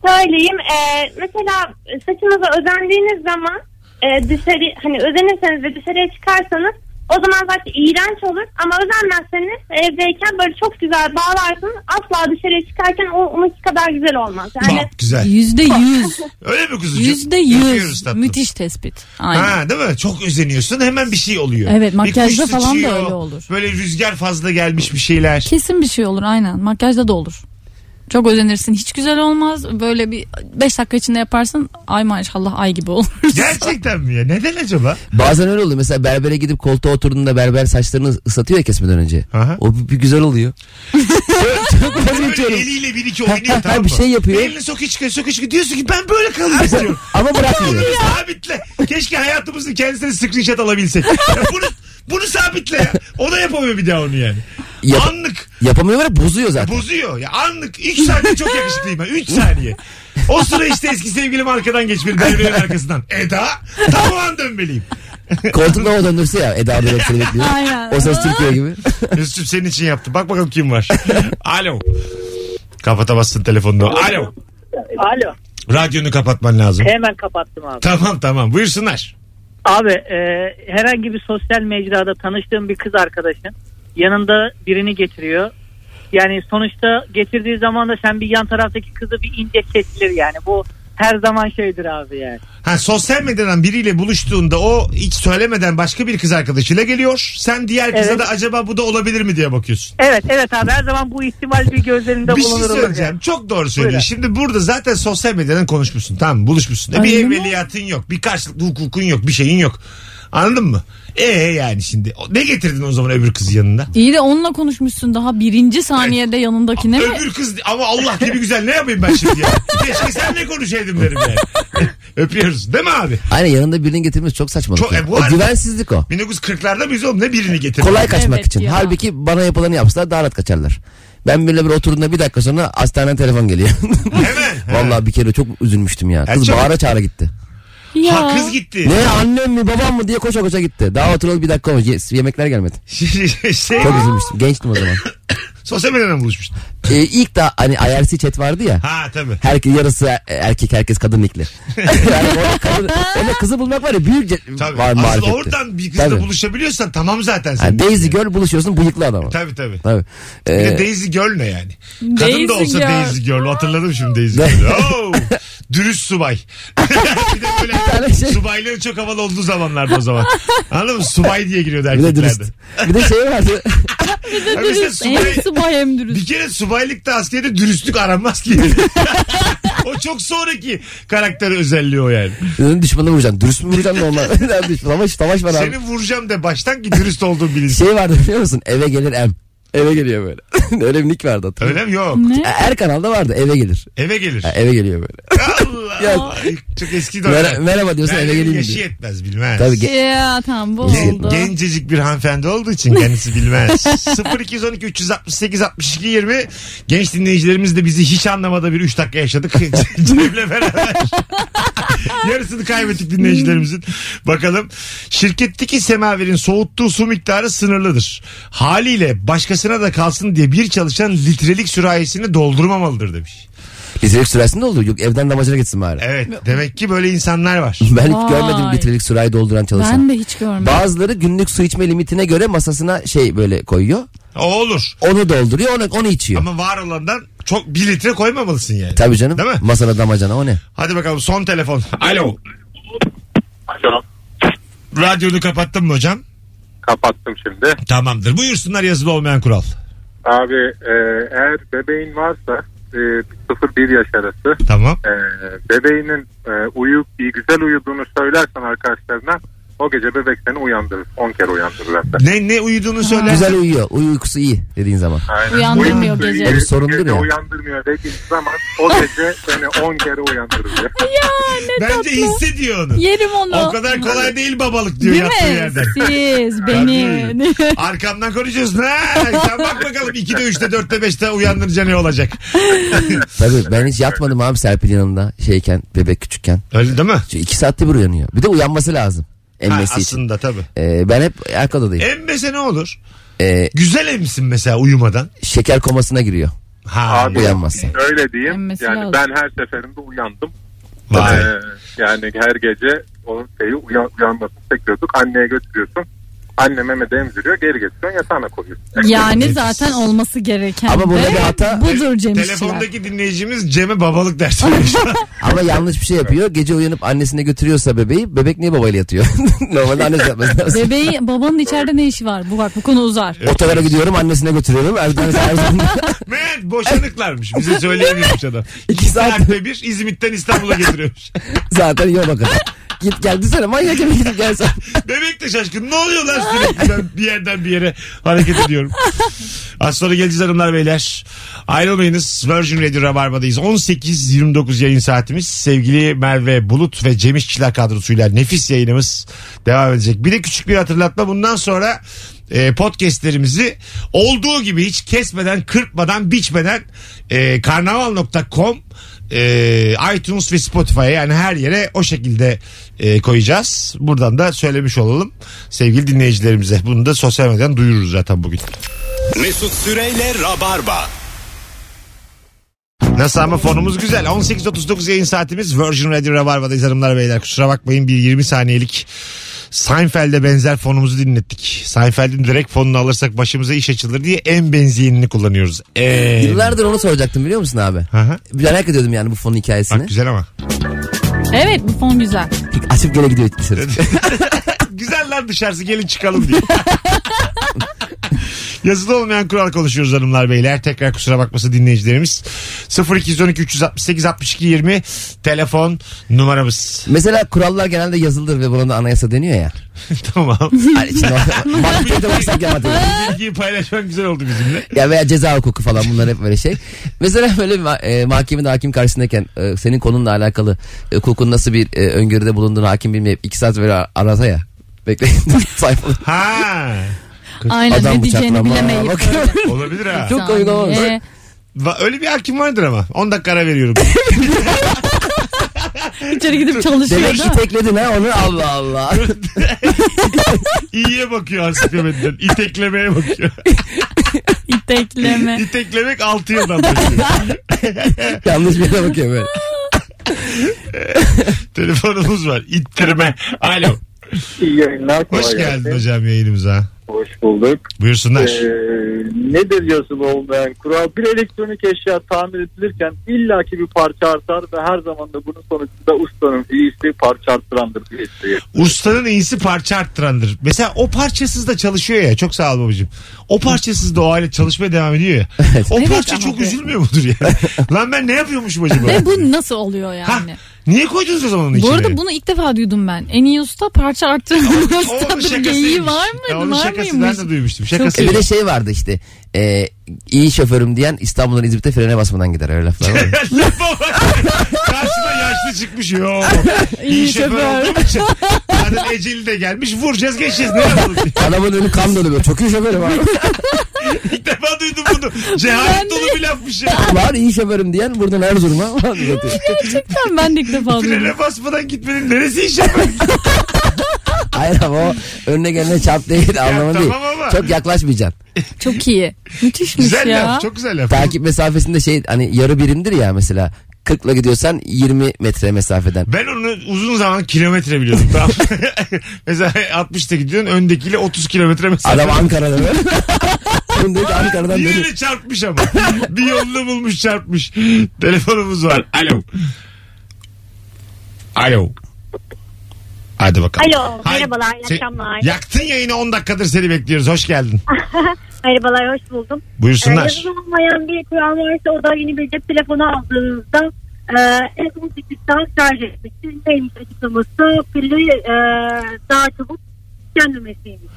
G: Söyleyeyim. e, mesela saçınıza özendiğiniz zaman e, dışarı hani özenirseniz ve dışarıya çıkarsanız O zaman zaten iğrenç olur ama özenmezseniz evdeyken böyle çok güzel bağlarsınız. Asla dışarıya çıkarken o onunki kadar güzel olmaz. Yani
B: Çok güzel.
C: Yüzde yüz.
B: Öyle mi kuzucuğum?
C: Yüzde
B: Yapıyoruz
C: yüz.
B: tatlım.
C: Müthiş tespit. Aynen.
B: Ha değil mi? Çok özeniyorsun hemen bir şey oluyor.
C: Evet,
B: Bir
C: makyajda
B: kuş
C: falan da
B: sıçıyor,
C: öyle olur.
B: Böyle rüzgar fazla gelmiş bir şeyler.
C: Kesin bir şey olur aynen. Makyajda da olur. Çok özenirsin. Hiç güzel olmaz. Böyle bir 5 dakika içinde yaparsın. Ay maşallah ay gibi olur.
B: Gerçekten mi ya? Neden acaba?
D: Bazen öyle oluyor. Mesela berbere gidip koltuğa oturduğunda berber saçlarını ıslatıyor ya kesmeden önce.
B: Aha.
D: O bir, bir güzel
B: [laughs]
D: oluyor. çok, çok
B: Böyle
D: vazgeçiyorum.
B: eliyle bir iki
D: Ha, ha,
B: oynuyor
D: ha,
B: tamam mı?
D: bir şey yapıyor.
B: Elini sokuyor çıkıyor sokuyor çıkıyor. Diyorsun ki ben böyle kalayım istiyorum.
D: Ama bırakmıyor.
B: Bunu sabitle. Keşke hayatımızın kendisine screenshot alabilsek. Ya bunu, bunu sabitle ya. O da yapamıyor bir daha onu yani.
D: Yap-
B: Anlık.
D: Yapamıyor var ya, bozuyor zaten.
B: Bozuyor. Ya anlık. 3 saniye çok yakışıklıyım ben. 3 saniye. O sıra işte eski sevgilim arkadan geçmeli. Devrenin arkasından. Eda. Tam o an dönmeliyim.
D: Koltukta o döndürse ya Eda böyle seni bekliyor.
C: Aynen.
D: O ses Türkiye gibi.
B: Mesut'um senin için yaptım. Bak bakalım kim var. Alo. Kapatamazsın telefonunu. Alo.
H: Alo.
B: Radyonu kapatman lazım.
H: Hemen kapattım abi.
B: Tamam tamam. Buyursunlar.
H: Abi e, herhangi bir sosyal mecrada tanıştığım bir kız arkadaşın yanında birini getiriyor. Yani sonuçta getirdiği zaman da sen bir yan taraftaki kızı bir ince kesilir yani. Bu her zaman şeydir abi yani.
B: Ha sosyal medyadan biriyle buluştuğunda o hiç söylemeden başka bir kız arkadaşıyla geliyor. Sen diğer kıza
H: Evet.
B: da acaba bu da olabilir mi diye bakıyorsun.
H: Evet evet abi her zaman bu ihtimal bir gözlerinde
B: bir şey
H: bulunur. olur
B: söyleyeceğim.
H: yani.
B: Çok doğru söylüyor.
H: Buyurun.
B: Şimdi burada zaten sosyal medyadan konuşmuşsun. Tamam mı? buluşmuşsun. E, bir
C: Öyle mi?
B: evveliyatın yok. Bir karşılıklı hukukun yok. Bir şeyin yok. Anladın mı? E yani şimdi. o- Ne getirdin o zaman öbür kızın yanında?
C: İyi de onunla konuşmuşsun daha birinci saniyede yanındakine mi?
B: Öbür kız ama Allah gibi güzel ne yapayım ben şimdi ya? Keşke senle konuşaydım derim
H: [laughs]
B: yani. Öpüyoruz değil mi abi?
D: Aynen yanında birini getirmesi çok saçmalık.
B: Çok-
D: ya.
B: e, bu
D: o
B: arada-
D: güvensizlik o.
B: 1940'larda mıyız oğlum ne birini getirdin?
D: Kolay kaçmak
C: Evet
D: için.
C: ya.
D: Halbuki bana yapılanı yapsalar daha rahat kaçarlar. Ben biriyle bir oturduğumda bir dakika sonra hastaneden telefon geliyor.
B: Hemen.
D: [laughs] Vallahi bir kere çok üzülmüştüm ya. Kız
B: çok-
D: bağıra çağıra gitti.
C: Ya.
B: Ha kız gitti.
D: Ne annem mi babam mı diye koşa koşa gitti. Daha oturalı bir dakika olmuş. Yes, Yemekler gelmedi.
B: [laughs] şey,
D: Çok üzülmüştüm. Gençtim
B: [laughs]
D: o zaman.
B: sosyal medyadan buluşmuştun.
D: ee, ilk daha hani IRC chat vardı ya.
B: Ha tabii.
D: Herkes yarısı er- erkek herkes kadın nickli.
B: [laughs]
D: yani orada, kadın- orada kızı bulmak var ya büyük ce-
B: Tabii.
D: var
B: Asıl
D: marifetti.
B: oradan bir kızla
D: Tabii.
B: buluşabiliyorsan tamam zaten sen.
D: Yani Daisy Girl buluşuyorsun bıyıklı adama.
B: Tabii tabii.
D: Tabii.
B: Bir de
D: Ee,
B: Daisy Girl ne yani? Kadın da
C: Daisy
B: olsa
C: Girl.
B: Daisy Girl. Hatırladım şimdi Daisy Girl'ü. Oo, dürüst
D: [laughs]
B: subay. [laughs] bir de böyle
D: tane şey-
B: subayların çok havalı olduğu zamanlarda o zaman. Anladın mı? Subay diye giriyordu
D: bir de
B: erkeklerde.
D: dürüst. Bir de
B: [laughs]
D: şey vardı.
B: Ha, mesela
C: Dürüst,
B: subay-
C: hem subay hem
B: Bir
C: dürüst.
B: kere subaylıkta askerde dürüstlük aranmaz ki. [laughs] o çok sonraki karakter özelliği o yani.
D: Dedim düşmanı vuracaksın. Dürüst mü
B: [laughs]
D: vuracaksın normal? Lan Düşman ama şu savaş var abi.
B: Seni vuracağım de baştan ki dürüst olduğun
D: [laughs]
B: bilinsin.
D: Şey vardı biliyor musun? Eve gelir em. Eve geliyor böyle. [laughs] Öyle bir nick vardı hatırlıyor
B: Öyle mi? Yok.
D: musun? E,
C: Ne?
D: Her kanalda vardı eve gelir.
B: Eve gelir.
D: Ha, eve geliyor böyle.
B: Allah.
D: [laughs] Yok.
B: Ay, Çok eski dönem.
D: Mer- merhaba diyorsun
B: Ben
D: eve
B: dedim,
D: geleyim mi
B: Yaşı
D: diyor.
B: yetmez bilmez.
D: Tabii ge-
C: Ya tamam bu
D: Gen-
C: oldu.
B: Gencecik bir hanımefendi olduğu için kendisi bilmez. 0212 368 62 20 genç dinleyicilerimiz de bizi hiç anlamada bir 3 dakika yaşadık. Cem'le beraber. Yarısını kaybettik dinleyicilerimizin. Bakalım. Şirketteki semaverin soğuttuğu su miktarı sınırlıdır. Haliyle başkasına da kalsın diye bir çalışan litrelik sürahisini doldurmamalıdır demiş.
D: litrelik süresinde oldu. Yok evden damacana gitsin bari.
B: şey- Evet. Demek ki böyle insanlar var.
D: [laughs] Ben
C: Vay.
D: hiç görmedim litrelik sırayı dolduran çalışan.
C: Ben de hiç görmedim.
D: Bazıları günlük su içme limitine göre masasına şey böyle koyuyor.
B: O olur.
D: Onu dolduruyor onu, onu içiyor.
B: Ama var olandan çok bir litre koymamalısın yani.
D: Tabii canım.
B: Değil mi?
D: Masana damacana o ne?
B: Hadi bakalım son telefon. Alo.
E: Alo.
B: Radyonu kapattın mı hocam?
E: Kapattım şimdi.
B: Tamamdır. Buyursunlar yazılı olmayan kural.
E: Abi e, eğer bebeğin varsa e, 0-1 yaş arası
B: Tamam.
E: e, bebeğinin e, uyuyup iyi güzel uyuduğunu söylersen arkadaşlarına o gece bebek seni uyandırır. 10 kere uyandırırlar.
B: Ne ne uyuduğunu söyle.
D: Güzel uyuyor. Uyu uykusu iyi dediğin zaman.
E: Aynen.
C: Uyandırmıyor
E: Uyup-
C: gece.
E: uyuyup
D: Bu sorundur
E: gece
D: ya.
E: uyandırmıyor dediğin zaman o
C: [laughs]
E: gece seni 10 kere uyandırır.
C: Ya ne
B: Bence
C: tatlı.
B: hissediyor onu.
C: Yerim onu.
B: O kadar kolay değil babalık diyor
C: Değil
B: yaptığı
C: mi?
B: yerden.
C: Siz beni.
B: Arkamdan konuşuyorsun ha. Sen bak bakalım 2'de 3'te 4'te 5'te uyandırınca ne olacak?
D: Tabii ben hiç yatmadım abi Serpil yanında şeyken bebek küçükken.
B: Öyle değil mi?
D: Çünkü iki saatte bir uyanıyor. Bir de uyanması lazım.
B: Ha,
D: Emmesi için.
B: aslında E- tabii.
D: Ee, ben hep arka odadayım.
B: Emmese ne olur?
D: Ee,
B: Güzel emsin mesela uyumadan.
D: şeker komasına giriyor.
B: Ha.
E: Abi.
D: Uyanmazsa.
E: Öyle diyeyim.
C: Emmesi
E: Yani
C: lazım.
E: ben her seferinde uyandım.
B: Vay.
E: Ee, yani her gece o şeyi uyan, uyanmasını bekliyorduk. Anneye götürüyorsun. Anne Mehmet'e emziriyor geri getiriyorsun yatağına koyuyorsun.
C: [laughs] Yani zaten olması gereken
D: Ama burada
C: de
D: bir hata-
C: budur Cem İşçiler.
B: Telefondaki dinleyicimiz Cem'e babalık dersi vermiş.
D: Ama yanlış bir şey yapıyor. Gece uyanıp annesine götürüyorsa bebeği bebek niye babayla yatıyor? [laughs] Normalde annesi yapması lazım. [laughs]
C: Bebeği babanın içeride ne işi var? Bu bak bu konu uzar.
D: Otolara gidiyorum annesine götürüyorum. Erdoğan Erdoğan
B: Meğer boşanıklarmış. Bize söyleyemiyormuş adam.
D: [laughs] İki
B: İki
D: saat-
B: saatte bir İzmit'ten İstanbul'a
D: [laughs]
B: getiriyormuş.
D: [laughs] zaten yola kadar. Git gel bir sene manyak gibi gidip gelsen.
B: Bebek de şaşkın. Ne oluyor lan sürekli ben bir yerden bir yere hareket ediyorum. Az sonra geleceğiz hanımlar beyler. Ayrılmayınız. Virgin Radio Rabarba'dayız. 18-29 yayın saatimiz. Sevgili Merve Bulut ve Cem İşçiler kadrosuyla nefis yayınımız devam edecek. Bir de küçük bir hatırlatma. Bundan sonra e, podcastlerimizi olduğu gibi hiç kesmeden, kırpmadan, biçmeden e, karnaval.com e, iTunes ve Spotify'a yani her yere o şekilde e, koyacağız. Buradan da söylemiş olalım sevgili dinleyicilerimize. Bunu da sosyal medyadan duyururuz zaten bugün.
A: Mesut Süreyle Rabarba.
B: Nasıl ama fonumuz güzel. 18.39 yayın saatimiz Virgin Radio Rabarba'dayız hanımlar beyler. Kusura bakmayın bir 20 saniyelik Seinfeld'e benzer fonumuzu dinlettik. Seinfeld'in direkt fonunu alırsak başımıza iş açılır diye en benzeyenini kullanıyoruz. Ee,
D: Yıllardır onu soracaktım biliyor musun abi?
B: Aha.
D: Merak ediyordum yani bu fonun hikayesini.
B: Bak güzel ama.
C: Evet bu fon güzel.
D: Açıp gene gidiyor dışarı.
B: Güzel lan dışarısı gelin çıkalım diye. Yazılı olmayan kural konuşuyoruz hanımlar beyler. Tekrar kusura bakması dinleyicilerimiz. 0212 368 62 20 telefon numaramız. [laughs]
D: Mesela kurallar genelde yazılıdır ve buna da anayasa deniyor ya.
B: tamam.
D: Hani şimdi o- madde de varsa gelmedi.
B: Bilgiyi paylaşman güzel oldu bizimle.
D: Ya veya ceza hukuku falan bunlar hep böyle şey. Mesela böyle ma- e, mahkemede hakim karşısındayken e, senin konunla alakalı e, hukukun nasıl bir e, öngörüde bulunduğunu hakim bilmeyip iki saat böyle ar- arasa ya. [laughs] Bekleyin sayfaları.
B: Ha.
C: Aynen
D: Adam
C: ne diyeceğini
D: bıçaklama.
C: bilemeyip.
D: Bakıyor.
C: böyle.
B: Olabilir ha.
D: Çok komik olmadı.
C: Saniye. Ee,
B: Va- Öyle bir hakim vardır ama. 10 dakika ara veriyorum.
C: İçeri gidip çalışıyor
D: [laughs] Demek
C: değil mi?
D: itekledin ha onu Allah Allah. [laughs]
B: İyiye bakıyor ansiklopediden. İteklemeye bakıyor. [laughs]
C: İtekleme.
B: İteklemek 6 yıldan başlıyor.
D: Yanlış bir yere bakıyor böyle.
B: Telefonumuz var. İttirme. Alo.
F: İyi yayınlar. kolay
B: Hoş geldin
F: gelsin.
B: hocam yayınımıza.
F: Hoş bulduk.
B: Buyursunlar.
F: Ee, nedir yazılı olmayan kural? Bir elektronik eşya tamir edilirken illaki bir parça artar ve her zaman da bunun sonucunda ustanın iyisi parça arttırandır diye istiyor.
B: Ustanın iyisi parça arttırandır. Mesela o parçasız da çalışıyor ya. Çok sağ ol babacığım. O parçasız da o alet çalışmaya devam ediyor ya. O
C: Evet
B: parça
C: ama
B: çok
C: bu-
B: üzülmüyor mudur yani? Lan ben ne yapıyormuşum acaba?
C: Ve bu nasıl oluyor
B: Ha,
C: yani?
B: niye koydunuz o zaman onun içine?
C: Bu arada bunu ilk defa duydum ben. En iyi usta parça arttıran ustadır. Geyiği
B: şakasıymış.
C: var
B: Ya
C: mıydı?
B: onun
C: Var
B: şakası
C: mıymış?
B: ben de duymuştum. Şakası.
D: E bir de şey vardı işte. E, iyi şoförüm diyen İstanbul'dan İzmit'e frene basmadan gider öyle laflar
C: [laughs]
D: var.
B: [laughs] Lafa bak. Karşıma yaşlı çıkmış. Yo. İyi
C: [laughs] İyi
B: şoför
C: şoför.
B: olduğum için. Zaten eceli de gelmiş. Vuracağız geçeceğiz. Ne yapalım? [laughs]
D: Adamın önü kan dolu böyle. Çok iyi şoförüm
C: [laughs]
D: abi.
B: İlk defa duydum bunu. Cehalet
C: Ben de-
B: dolu bir lafmış ya.
D: Var iyi şoförüm diyen buradan Erzurum'a falan uzatıyor.
C: Gerçekten ben de ilk defa duydum.
B: Frene basmadan gitmenin neresi iş yapar?
D: Hayır ama o önüne gelene çarp değil anlamı
B: tamam
D: değil.
B: ama.
D: Çok yaklaşmayacaksın.
C: Çok iyi. Müthişmiş
B: Güzel
C: ya.
B: laf. Çok güzel laf.
D: Takip mesafesinde şey hani yarı birimdir ya mesela. 40 ile gidiyorsan 20 metre mesafeden.
B: Ben onu uzun zaman kilometre biliyordum. Tamam. [laughs] Mesela 60'ta gidiyorsun öndekiyle 30 kilometre mesafe.
D: Adam [laughs] Ankara'da böyle. Öndeki Ankara'dan
B: Bir
D: dönüyor.
B: yere çarpmış ama. [laughs] bir yolunu bulmuş çarpmış. Telefonumuz var. Alo. Alo. Hadi bakalım.
G: Alo,
B: Hay- Şey-
G: merhabalar, iyi
B: Se-
G: akşamlar.
B: Yaktın yayını 10 dakikadır seni bekliyoruz. Hoş
G: [laughs]
B: geldin.
G: Merhabalar, hoş buldum. Ee,
B: Buyursunlar.
G: yazılı olmayan bir kural varsa o da yeni bir cep telefonu aldığınızda e, en son sekiz saat şarj etmek için neymiş açıklaması pili e, daha çabuk tükenmemesiymiş.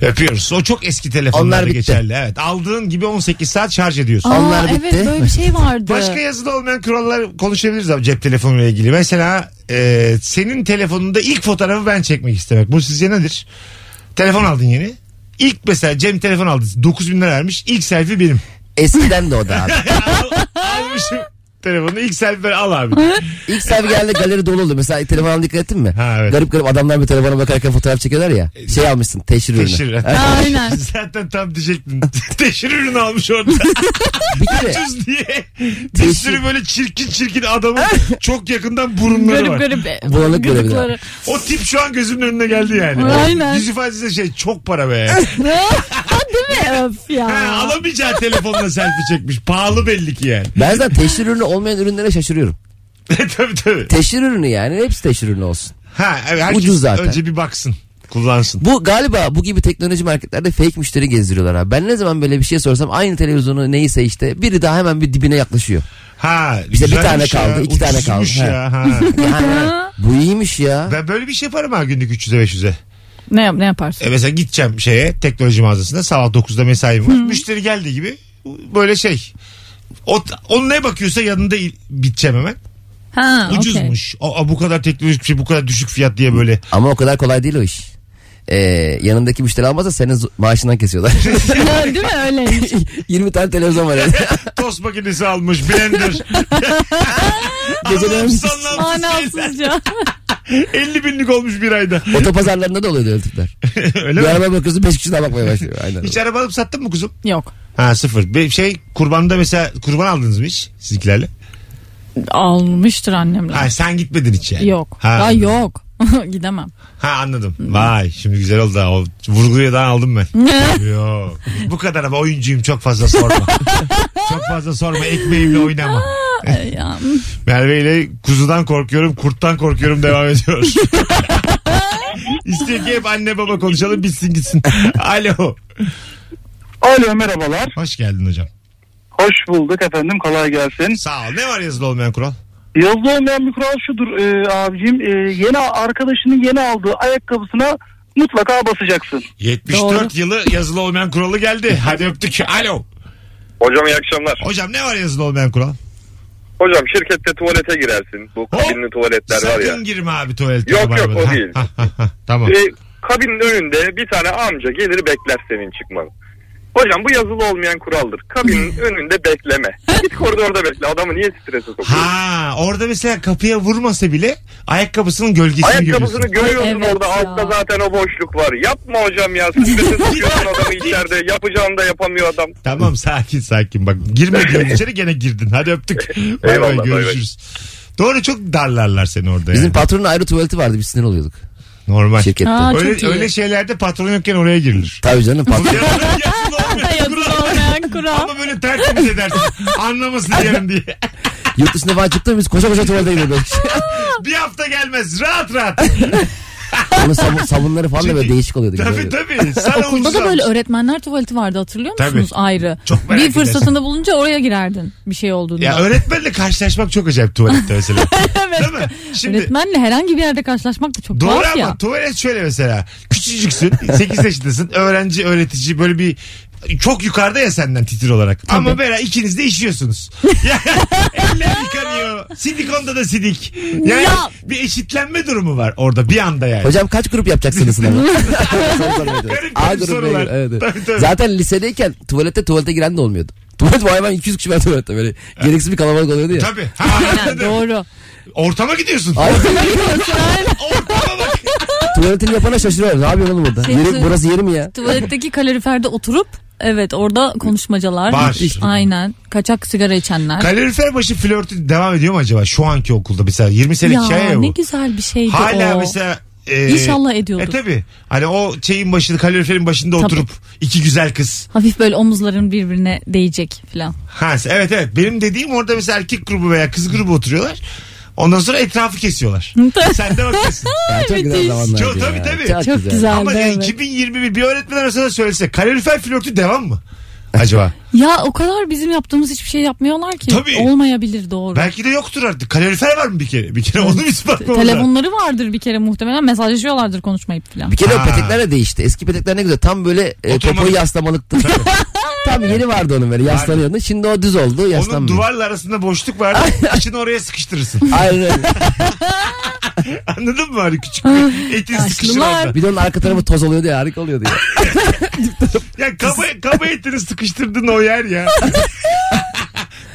B: Öpüyoruz. O çok eski telefonlarda
D: Onlar bitti.
B: geçerli. Evet. Aldığın gibi 18 saat şarj ediyorsun.
C: Aa,
D: Onlar bitti.
C: Evet böyle bir şey vardı.
B: Başka yazıda olmayan kurallar konuşabiliriz abi cep telefonuyla ilgili. Mesela e, senin telefonunda ilk fotoğrafı ben çekmek istemek. Bu sizce nedir? Telefon aldın yeni. İlk mesela Cem telefon aldı. 9 bin lira vermiş. İlk selfie benim. [laughs]
D: Eskiden de o da abi.
B: Al- Almışım. telefonu ilk selfie al abi.
D: İlk selfie geldi galeri dolu oldu. Mesela telefona dikkat ettin mi?
B: Ha, evet. E,
D: Garip garip adamlar bir telefona bakarken fotoğraf çekiyorlar ya. Şey almışsın teşhir ürünü.
B: Teşhir.
C: Aynen.
B: [laughs] Zaten tam diyecektim. [laughs] Teşhir ürünü almış
C: [laughs]
B: orada. [laughs]
D: Bir kere
B: Tuz diye. Bir
D: Teşhir.
B: sürü böyle çirkin çirkin
C: [laughs]
B: adamın çok yakından burunları
C: Garip
B: var.
C: garip.
D: Bulanık görevi de.
C: gıdıkları.
B: O tip şu an gözümün önüne geldi yani.
C: Aynen.
B: Yüz ifadesi de şey çok para
C: [laughs]
B: be.
C: Ha,
B: [laughs]
C: Değil mi? Öf
B: ha,
C: ya.
B: alamayacağı telefonla selfie çekmiş. Pahalı belli ki [laughs] yani.
D: ben zaten teşhir ürünü olmayan ürünlere şaşırıyorum.
B: E, tabii tabii.
D: Teşhir ürünü yani hepsi teşhir ürünü olsun.
B: Ha, evet, herkes
D: Ucuz zaten.
B: önce bir baksın. Kullansın.
D: Bu galiba bu gibi teknoloji marketlerde fake müşteri gezdiriyorlar abi. Ben ne zaman böyle bir şey sorsam aynı televizyonu neyse işte biri daha hemen bir dibine yaklaşıyor.
B: Ha,
D: Bize bir tane
B: güzelmiş ya,
D: kaldı, iki tane kaldı.
B: ucuzmuş Ya,
D: [laughs]
B: ha.
D: Yani bu iyiymiş ya.
B: Ben böyle bir şey yaparım ha günlük 300'e 500'e.
C: Ne, yap, ne yaparsın?
B: E mesela gideceğim şeye teknoloji mağazasına sabah 9'da mesaim var. Müşteri geldiği gibi böyle şey. O, onun ne bakıyorsa yanında il- biteceğim hemen.
C: Ha, okey.
B: Ucuzmuş. Aa, bu kadar teknolojik bir şey bu kadar düşük fiyat diye
D: [laughs]
B: böyle.
D: Ama o kadar kolay değil o iş. Ee, yanındaki müşteri almazsa senin zo- maaşından
B: [laughs]
D: kesiyorlar.
C: Ya, [laughs] Değil mi öyleymiş?
D: 20 tane televizyon var evde.
B: Tost makinesi almış
D: [laughs]
B: blender.
D: Geceler
B: Anlamsız
D: [laughs]
B: anlamsız şeyler.
C: Manasızca.
B: 50 binlik olmuş bir ayda.
D: Otopazarlarında da oluyor öyle tipler.
B: [laughs] Öyle
D: Bir
B: mi?
D: araba bakıyorsun 5 kişi daha bakmaya başlıyor.
B: [laughs]
D: Aynen.
B: Hiç araba alıp sattın mı kuzum?
C: Yok.
B: Ha sıfır. Bir şey kurbanda mesela kurban aldınız mı hiç sizinkilerle?
C: Almıştır annemler.
B: Ha sen gitmedin hiç yani.
C: Yok.
B: Ha,
C: Ya yok. [laughs] Gidemem.
B: Ha anladım. Vay şimdi güzel oldu ha. O vurguyu daha aldım ben. Yok. Bu kadar ama oyuncuyum çok fazla
C: [laughs]
B: sorma. çok fazla sorma ekmeğimle oynama.
C: Ay, ya.
B: Merve ile kuzudan korkuyorum kurttan korkuyorum devam ediyor. [laughs] İstiyor ki hep anne baba konuşalım bitsin gitsin. Alo.
E: Alo merhabalar.
B: Hoş geldin hocam.
E: Hoş bulduk efendim. Kolay gelsin.
B: Sağ ol. Ne var yazılı olmayan kural?
E: Yazılı olmayan bir kural şudur e, abicim. E, yeni arkadaşının yeni aldığı ayakkabısına mutlaka basacaksın.
B: 74 yılı yazılı olmayan kuralı [laughs] geldi. Hadi öptük. Alo.
I: Hocam iyi akşamlar.
B: Hocam ne var yazılı olmayan kural?
I: Hocam şirkette tuvalete girersin. Bu kabinli tuvaletler var ya.
B: Sakın girme abi tuvalete.
I: Yok, yok,
B: Rabarba'da.
I: o
B: Ha,
I: değil.
B: ha, ha, ha. tamam.
I: Ee, kabinin önünde bir tane amca gelir bekler senin çıkmanı. Hocam bu yazılı olmayan kuraldır.
J: [laughs]
I: Kabinin önünde bekleme. Git koridorda bekle. Adamı niye strese sokuyorsun?
B: Ha orada mesela kapıya vurmasa bile ayakkabısının gölgesini
I: Ayakkabısını
B: görüyorsun.
I: görüyorsun
C: Evet
I: orada
C: ya.
I: altta zaten o boşluk var. Yapma hocam ya.
E: [laughs]
I: Strese sokuyorsun adamı içeride. Yapacağını da yapamıyor adam.
B: Tamam sakin sakin bak girme diyorum içeri gene girdin. Hadi
I: [laughs]
B: öptük. Bay bay
I: Eyvallah, bay bay.
B: görüşürüz. Doğru çok darlarlar seni orada
D: Bizim
B: yani.
D: patronun ayrı tuvaleti vardı biz sinir oluyorduk
B: Normal.
D: şirkette.
C: Ha, çok
B: Öyle,
C: iyi.
B: öyle şeylerde patron yokken oraya girilir.
D: Tabii canım patron.
B: [laughs] Yazılı olmayan
C: Yazılı
B: kural.
C: olmayan kural.
B: Ama böyle tertemiz edersin. Anlamasın yarın diye.
C: [laughs]
D: Yurt dışında falan çıktı mı biz koşa koşa tuvalete gidiyoruz.
B: Bir hafta gelmez. Rahat rahat.
D: Onun sabun, sabunları falan da böyle
B: Çünkü-
D: değişik oluyordu. güzel
B: tabii
D: oluyordu.
B: tabii. Sana
C: Okulda
B: ucuz
C: da böyle
B: almış.
C: öğretmenler tuvaleti vardı hatırlıyor musunuz
B: Tabii.
C: ayrı?
B: Çok merak
C: bir fırsatında
B: edersin.
C: bulunca oraya girerdin bir şey olduğunda. [laughs]
B: Ya öğretmenle karşılaşmak çok acayip tuvalette mesela.
C: evet.
B: Değil mi? Şimdi
C: Öğretmenle herhangi bir yerde karşılaşmak da çok
B: Doğru
C: tuhaf
B: ama
C: ya.
B: tuvalet şöyle mesela. Küçücüksün. 8 yaşındasın. Öğrenci, öğretici böyle bir çok yukarıda ya senden titir olarak. Ama bera ikiniz de
C: [laughs]
B: işiyorsunuz. Yani eller yıkanıyor. Silikonda da sidik. Yani
C: Ya.
B: bir eşitlenme durumu var orada bir anda yani.
D: Hocam kaç grup
B: [laughs]
D: yapacaksınız sınavı?
B: Garip
D: A
B: garip
D: grubu. B
B: sorular.
D: grubu, Evet. evet.
B: Tabii, tabii.
D: Zaten lisedeyken tuvalette tuvalete giren de olmuyordu. Tuvalet bu hayvan 200 kişi var tuvalette böyle. Gereksiz bir kalabalık oluyordu ya.
B: Tabii.
C: [laughs]
B: Ha,
C: Aynen
B: [laughs] anladım.
C: doğru.
B: Ortama gidiyorsun.
D: Ay,
B: Ortama bak.
D: tuvaletini yapana şaşırıyoruz. Ne yapıyorsun oğlum burada?
C: Şey,
D: Yeri,
C: tu-
D: burası yeri mi ya?
C: Tuvaletteki kaloriferde oturup evet orada konuşmacalar.
B: Var.
C: Aynen. Kaçak sigara içenler.
B: Kalorifer başı flörtü devam ediyor mu acaba şu anki okulda mesela 20 sene
C: ya
B: hikaye şey ya bu.
C: ne güzel bir şeydi
B: Hala
C: o.
B: mesela e,
C: İnşallah ediyordur.
B: E tabi. Hani o şeyin başında kaloriferin başında
C: Tabii.
B: oturup iki güzel kız.
C: Hafif böyle omuzların birbirine değecek filan.
B: Ha evet evet. Benim dediğim orada mesela erkek grubu veya kız grubu oturuyorlar. Ondan sonra etrafı kesiyorlar.
C: [laughs]
B: Sen de bakıyorsun.
D: Ya çok güzel
C: müthiş.
D: zamanlardı
B: Çok-
D: ya.
B: tabii, tabii.
C: Çok güzel.
B: Ama
C: evet.
B: 2021 bir öğretmen arasında söylese kalorifer flörtü devam mı? Acaba.
C: Ya o kadar bizim yaptığımız hiçbir şey yapmıyorlar ki.
B: Tabii.
C: Olmayabilir doğru.
B: Belki de yoktur artık. Kalorifer var mı bir kere? Bir kere onu ispatlamamız lazım.
C: Telefonları vardır bir kere muhtemelen mesajlaşıyorlardır konuşmayıp filan.
D: Bir kere
B: Ha.
D: o petekler de değişti. Eski petekler ne güzel. Tam böyle e,
B: Oturmalık.
D: popoyu yaslamalıktı. [laughs] Tam yeri vardı onun böyle yaslanıyordu. Şimdi o düz oldu
B: Onun
D: yaslanmıyor.
B: duvarla arasında boşluk [laughs] var. İçini oraya sıkıştırırsın. [laughs]
D: Aynen.
B: Anladın mı? Hani küçük bir etin sıkışır
C: Yaşlılar.
B: orada.
D: Bir de onun arka tarafı toz oluyordu ya harika
B: [laughs]
D: oluyordu ya.
B: [laughs] Ya kaba, kaba etini sıkıştırdın o yer ya.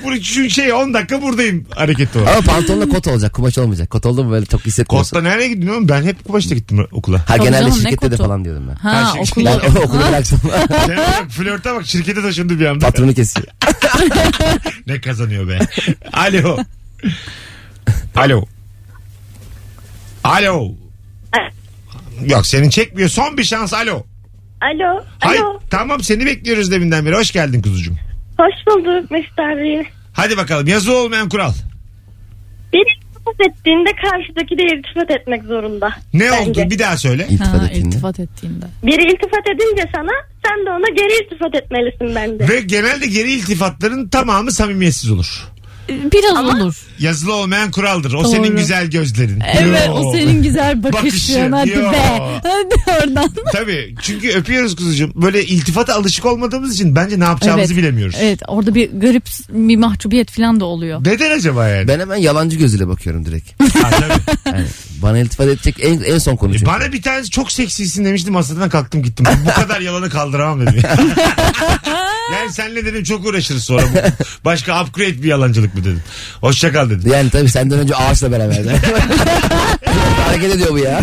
B: buraya şu şey 10 dakika buradayım hareketi var.
D: Ama pantolonla kot olacak. Kumaş olmayacak. Kot oldu mu böyle çok hissetmiyorsun.
B: Kotla nereye gittin oğlum? Ben hep kumaşla gittim [laughs] okula.
D: Ha
C: Tabii
D: genelde
C: canım, ne
D: şirkette de
C: kotu?
D: falan diyordum ben.
C: Ha
B: şey-
C: okullar.
D: Ben [laughs] okulu
C: [laughs]
D: bıraktım.
B: Sen oğlum flörte bak şirkete taşındı bir anda.
D: Patronu kesiyor.
B: ne kazanıyor be? [laughs] Alo. Alo. Alo. Yok senin çekmiyor. Son bir şans alo.
G: Alo.
B: Hay,
G: Alo.
B: tamam seni bekliyoruz deminden beri. Hoş geldin kuzucuğum.
G: Hoş bulduk Mesut abi.
B: Hadi bakalım yazı olmayan kural.
G: Beni iltifat ettiğinde karşıdaki de iltifat etmek zorunda.
B: Ne
G: Bence.
B: oldu bir daha söyle.
C: Ha,
D: İltifat ettiğinde.
C: iltifat ettiğinde.
G: Biri iltifat edince sana sen de ona geri iltifat etmelisin bence.
B: Ve genelde geri iltifatların tamamı samimiyetsiz olur.
C: Biraz olur.
B: Yazılı olmayan kuraldır. O
C: Doğru.
B: senin güzel gözlerin.
C: Evet
B: Yo.
C: o senin [laughs] güzel bakışın.
B: Bakışın,
C: Hadi
B: yo.
C: be. Hadi oradan.
B: [laughs] Tabii çünkü öpüyoruz kuzucuğum. Böyle iltifata alışık olmadığımız için bence ne yapacağımızı
C: Evet.
B: bilemiyoruz.
C: Evet orada bir garip bir mahcubiyet falan da oluyor.
B: [laughs] Neden acaba
C: [laughs]
B: yani?
D: Ben hemen yalancı gözüyle bakıyorum direkt.
B: Ha, tabii.
D: Yani bana iltifat edecek en, en son konu çünkü.
B: E, Bana bir tanesi çok seksisin demişti masadan kalktım gittim. Bu kadar yalanı kaldıramam dedi. yani senle dedim çok uğraşırız sonra. Bu- Başka upgrade bir yalancılık mı dedim. Hoşçakal dedim.
D: Yani tabii senden önce ağaçla beraber. [laughs] Hareket ediyor bu ya.
B: [laughs]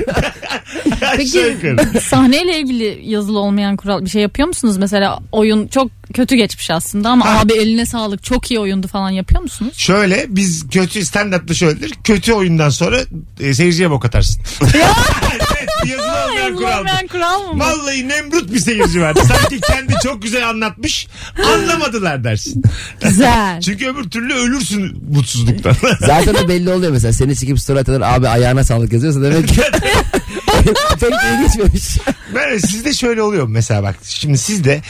B: Aşağı
C: Peki
B: yukarı.
C: sahneyle ilgili yazılı olmayan kural bir şey yapıyor musunuz? Mesela oyun çok kötü geçmiş aslında ama abi eline sağlık çok iyi oyundu falan yapıyor musunuz?
B: Şöyle biz kötü stand-up'ta şöyledir. Kötü oyundan sonra e, seyirciye bok atarsın. [laughs] evet, yazılı olmayan
C: Yazılı
B: kuraldır.
C: olmayan kural mı? bu?
B: Vallahi Nemrut bir seyirci vardı. Sanki kendi çok güzel anlatmış. Anlamadılar dersin.
C: Güzel.
B: Çünkü öbür türlü ölürsün mutsuzluktan. [laughs]
D: Zaten o belli oluyor mesela. Seni çekip story atanlar abi ayağına sağlık yazıyorsa demek ki [laughs] pek iyi geçmemiş.
B: Ben sizde şöyle oluyor mesela bak şimdi sizde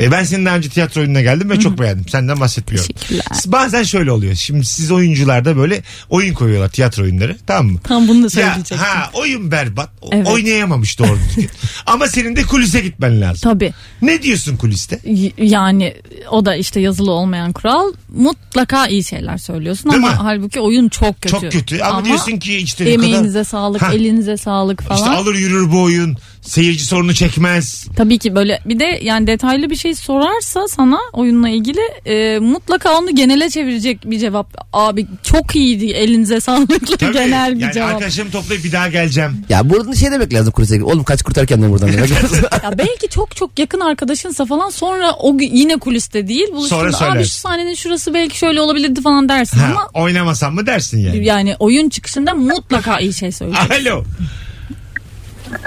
B: e, ben senin daha önce tiyatro oyununa geldim ve çok beğendim senden bahsetmiyorum.
C: Teşekkürler.
B: Bazen şöyle oluyor şimdi siz oyuncularda böyle oyun koyuyorlar tiyatro oyunları tamam mı?
C: Tam bunu da
B: Ya,
C: söyleyecektim.
B: ha oyun berbat O-
C: Evet.
B: oynayamamış doğru
C: [laughs]
B: düzgün ama senin de kulise gitmen lazım.
C: Tabii.
B: Ne diyorsun kuliste?
C: Y- Yani o da işte yazılı olmayan kural. Mutlaka iyi şeyler söylüyorsun
B: Değil
C: ama
B: mi?
C: halbuki oyun çok kötü.
B: Çok kötü ama, diyorsun ki işte ne
C: emeğinize
B: kadar...
C: sağlık,
B: Ha.
C: elinize sağlık falan.
B: İşte alır yürür bu oyun. Seyirci sorunu çekmez.
C: Tabii ki böyle bir de yani detaylı bir şey sorarsa sana oyunla ilgili e, mutlaka onu genele çevirecek bir cevap. Abi çok iyiydi elinize sağlıklı
B: Tabii.
C: genel bir
B: yani
C: cevap.
B: arkadaşlarımı toplayıp bir daha geleceğim.
D: Ya burada şey demek lazım kulise. Oğlum kaç kurtar kendini buradan demek lazım.
C: Ya belki çok çok yakın arkadaşınsa falan sonra o gün yine kuliste değil buluştuğunda
B: Sonra
C: abi şu
B: söylersin."
C: sahnenin şurası belki şöyle olabilirdi falan dersin
B: Ha,
C: ama
B: oynamasam mı dersin yani.
C: yani oyun çıkışında mutlaka iyi şey söyle.
B: Alo.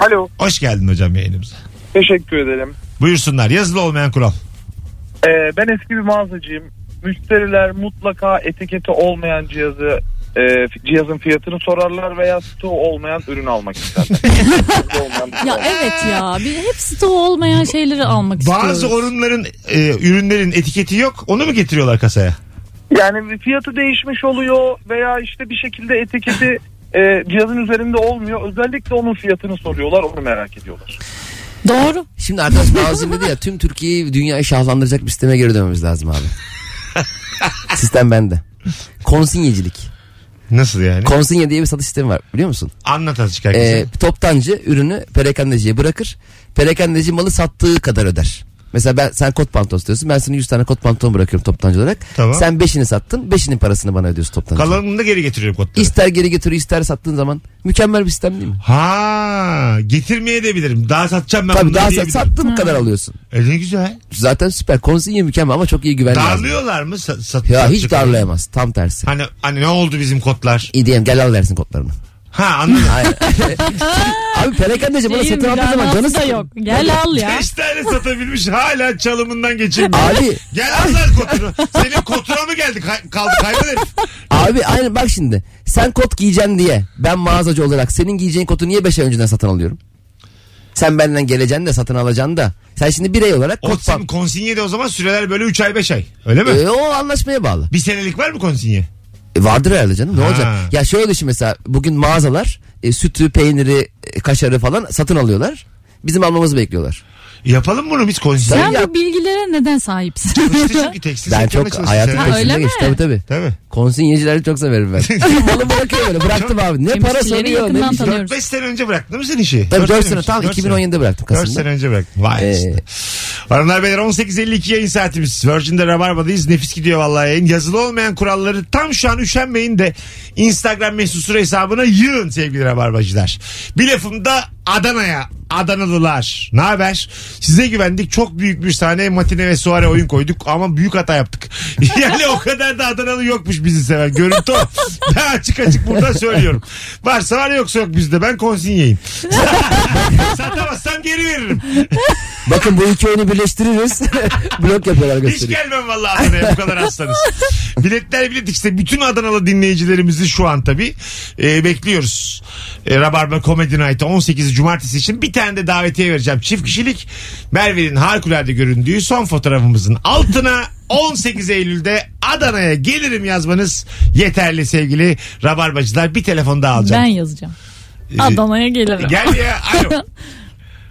I: Alo.
B: Hoş geldin hocam yayınımıza.
I: Teşekkür ederim.
B: Buyursunlar. Yazılı olmayan kural.
I: Ee, ben eski bir mağazacıyım. Müşteriler mutlaka etiketi olmayan cihazı e, cihazın fiyatını sorarlar veya stoğu olmayan ürün almak isterler. Stoğu olmayan ürün
C: Ya
I: almak.
C: evet ya bir hep stoğu olmayan şeyleri almak
B: Bazı
C: istiyoruz.
B: ürünlerin e, ürünlerin etiketi yok. Onu mu getiriyorlar kasaya?
I: yani fiyatı değişmiş oluyor veya işte bir şekilde
B: [laughs]
I: etiketi e, cihazın üzerinde olmuyor. Özellikle onun fiyatını soruyorlar onu merak ediyorlar.
C: Doğru.
D: Şimdi arkadaş Nazım dedi ya tüm Türkiye'yi dünyayı şahlandıracak bir sisteme geri dönmemiz lazım
B: [laughs]
D: abi. Sistem bende. Konsinyecilik.
B: Nasıl yani?
D: Konsinye diye bir satış sistemi var biliyor musun?
B: Anlat azıcık herkese.
D: Ee, toptancı ürünü perakendeciye bırakır. Perakendeci malı sattığı kadar öder. Mesela ben sen kot pantolon istiyorsun. Ben sana 100 tane kot pantolon bırakıyorum toptancı olarak.
B: Tamam.
D: Sen 5'ini sattın. 5'inin parasını bana ödüyorsun toptancı.
B: Kalanını da geri getiriyor kodları.
D: İster geri götür ister sattığın zaman mükemmel bir sistem değil mi?
B: ha getirmeye de bilirim. Daha satacağım ben
D: Tabii
B: bunu
D: daha sat,
B: diyebilirim.
D: sattığın kadar alıyorsun.
B: E ne güzel.
D: Zaten süper. Konsinye mükemmel ama çok iyi güven lazım.
B: Darlıyorlar mı? Sa- sat-
D: Ya hiç
B: satacak olan?
D: darlayamaz. Tam tersi.
B: Hani, hani ne oldu bizim kodlar?
D: İyi diyelim gel al versin kodlarını.
B: Ha anladım.
D: [laughs] Aynen. Abi perakendeci bana
C: Değil,
D: satın aldığı zaman canı
C: müdahalası da
D: sıkılır.
C: yok. Gel al ya.
B: Beş tane satabilmiş hala çalımından geçirmiyor.
D: Abi
B: Gel al lan kotunu. Senin kotuna mı geldi? Kay- kaldı kaybeder. herif.
D: Abi aynı bak şimdi. Sen kot giyeceksin diye ben mağazacı olarak senin giyeceğin kotu niye 5 ay önceden satın alıyorum? Sen benden geleceksin de satın alacaksın da. Sen şimdi birey olarak
B: O
D: kot
B: senin
D: pan...
B: konsinyede o zaman süreler böyle 3 ay 5 ay. Öyle mi?
D: Ee, o anlaşmaya bağlı.
B: Bir senelik var mı konsinye?
D: E, vardır herhalde canım ne
B: Ha.
D: olacak? Ya şöyle düşün mesela bugün mağazalar e, sütü, peyniri, e, kaşarı falan satın alıyorlar. Bizim almamızı bekliyorlar.
B: Yapalım bunu biz konsisten.
D: Tabii
C: Sen
D: ya.
C: bu bilgilere neden sahipsin?
B: Çalıştı
C: [laughs]
B: çünkü tekstil
D: Ben
B: sektörüne
D: çok
B: çalıştı
D: hayatım
B: Seren.
C: Ha, öyle
D: peşinde geçti.
C: mi?
D: Tabii tabii.
B: Tabii.
D: Konsinyecileri çok
B: [laughs]
D: severim ben. [laughs] Malı bırakıyor böyle. Bıraktım abi. Ne para
C: Temsilcileri
D: soruyor ne
C: yakından
D: bir şey.
C: tanıyorum.
B: 4-5 sene önce bıraktın mı sen işi?
D: Tabii 4
B: önce,
D: sene tam
B: dört sene.
D: 2017'de bıraktım
B: 4
D: Kasım'da.
B: sene önce bıraktım. Vay
D: Ee,
B: işte. Hanımlar beyler 18.52 yayın saatimiz. Virgin'de Rabarba'dayız. Nefis gidiyor vallahi yayın. Yazılı olmayan kuralları tam şu an üşenmeyin de Instagram mesut süre hesabına yığın sevgili Rabarbacılar. Bir lafımda Adana'ya Adanalılar. Ne haber? Size güvendik. Çok büyük bir sahne Matine ve Suare oyun koyduk ama büyük hata yaptık. [laughs] Yani o kadar da Adanalı yokmuş bizi seven. Görüntü o. [laughs] Ben açık açık burada söylüyorum. Varsa var yoksa yok bizde. Ben konsinyeyim. [laughs] Satamazsam geri veririm.
D: bakın bu iki
B: [laughs]
D: oyunu birleştiririz. Blok yapıyorlar
B: Hiç
D: gösteriyor.
B: gelmem vallahi Adana'ya bu kadar hastanız. Biletler bilet işte bütün Adanalı dinleyicilerimizi şu an tabii e, bekliyoruz. E, Rabarba Comedy Night'a 18 Cumartesi için bir tane de davetiye vereceğim. Çift kişilik Merve'nin harikulade göründüğü son fotoğrafımızın altına 18 Eylül'de Adana'ya gelirim yazmanız yeterli sevgili Rabarbacılar. Bir telefon daha
C: Ben
B: alacağım.
C: yazacağım.
B: Ee,
C: Adana'ya gelirim.
B: Gel ya.
C: [laughs]
B: Alo.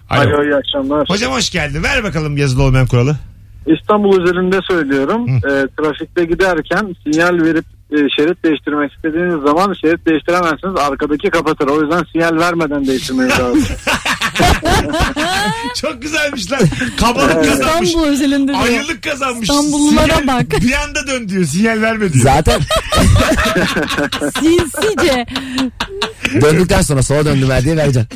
B: Alo.
J: Alo iyi akşamlar.
B: Hocam hoş geldin. Ver bakalım yazılı olmayan
C: [laughs]
B: kuralı.
J: İstanbul üzerinde söylüyorum.
B: Hı.
I: E,
J: Ee, trafikte giderken sinyal verip e, şerit değiştirmek istediğiniz zaman şerit değiştiremezsiniz. Arkadaki kapatır. O yüzden sinyal vermeden değiştirmeniz lazım.
B: Çok güzelmiş lan.
C: Ee,
B: Kabalık kazanmış.
C: İstanbul özelinde diyor.
B: Ayrılık kazanmış.
C: İstanbullulara
B: Sinyal-
C: bak.
B: Bir anda dön diyor. Sinyal verme diyor.
D: Zaten
C: Sinsice.
D: döndükten sonra sola döndüm ver
B: [laughs]
D: diye vereceğim.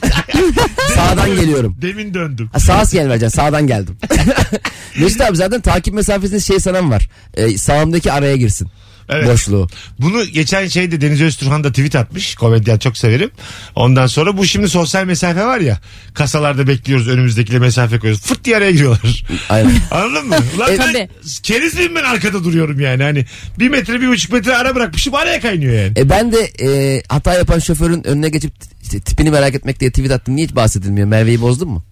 D: Sağdan geliyorum.
B: Demin döndüm.
D: Ha, Sağa sinyal vereceğim. Sağdan geldim. [laughs] Mesut abi zaten takip mesafesinde şey sanan var. Ee, sağımdaki araya girsin.
B: Evet.
D: Boşluğu.
B: Bunu geçen şeyde Deniz Özturhan da tweet atmış. Komedyen çok severim. Ondan sonra bu şimdi sosyal mesafe var ya. Kasalarda bekliyoruz önümüzdekiyle mesafe koyuyoruz. Fırt diye araya giriyorlar.
D: Aynen.
B: Anladın
D: [laughs]
B: mı? Ulan
D: E,
B: ben
C: tabii.
B: keriz miyim ben arkada duruyorum yani. Hani bir metre bir buçuk metre ara bırakmışım araya kaynıyor yani.
D: E ben de e, hata yapan şoförün önüne geçip işte, tipini merak etmek diye tweet attım. Niye hiç bahsedilmiyor? Merve'yi bozdun mu?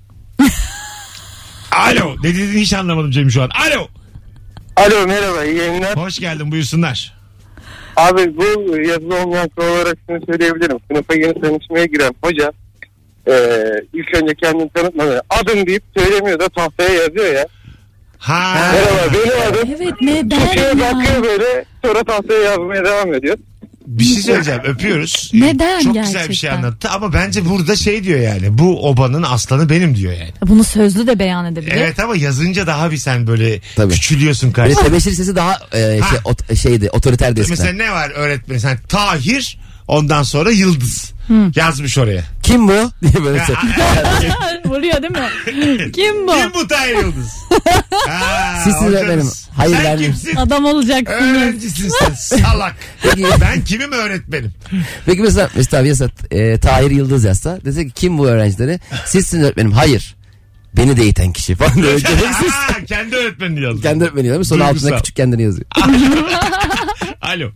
B: Alo. Ne dediğini hiç anlamadım Cem şu an. Alo.
J: Alo merhaba iyi yayınlar.
B: Hoş geldin buyursunlar.
J: Abi bu yazılı olmayan kural olarak şunu söyleyebilirim. Sınıfa yeni tanışmaya giren hoca e, ilk önce kendini tanıtmadan adım deyip söylemiyor da tahtaya yazıyor ya.
B: Ha.
J: Merhaba benim adım.
C: Evet
J: Şeye
C: neden ya?
J: bakıyor böyle sonra tahtaya yazmaya devam ediyor.
B: Bir şey söyleyeceğim öpüyoruz.
C: Neden
B: Çok güzel
C: gerçekten?
B: bir şey anlattı ama bence burada şey diyor yani bu obanın aslanı benim diyor yani.
C: Bunu sözlü de beyan edebilir.
B: Evet ama yazınca daha bir sen böyle
D: Tabii.
B: küçülüyorsun
D: Böyle
B: karşısında.
D: tebeşir sesi daha e,
B: Ha.
D: şey, ot- şeydi otoriterdi eskiden.
B: Mesela ne var öğretmen sen Tahir ondan sonra Yıldız yazmış oraya.
D: Kim bu? [laughs] Diye böyle şey. sor-
C: [laughs] Vuruyor
B: [laughs]
C: değil mi? Kim bu?
B: Kim bu Tahir
C: [laughs]
B: Yıldız? Ha,
D: Siz siz
B: hocanız.
D: öğretmenim. Hayır,
B: sen
D: ben-
B: kimsin? [laughs]
C: Adam olacaksınız.
B: Öğrencisin sen salak.
D: Peki.
B: ben kimim öğretmenim?
D: Peki mesela Mesut abi yazsa, e, Tahir Yıldız yazsa. Dese ki kim bu öğrencileri? Sizsiniz öğretmenim. Hayır. Beni de eğiten kişi [laughs] falan. Böyle
B: [laughs]
D: gereksiz.
B: Ha, kendi öğretmenini yazdı.
D: kendi öğretmeni yazmış. Sonra altına
B: Duygusal.
D: küçük kendini yazıyor.
B: Alo.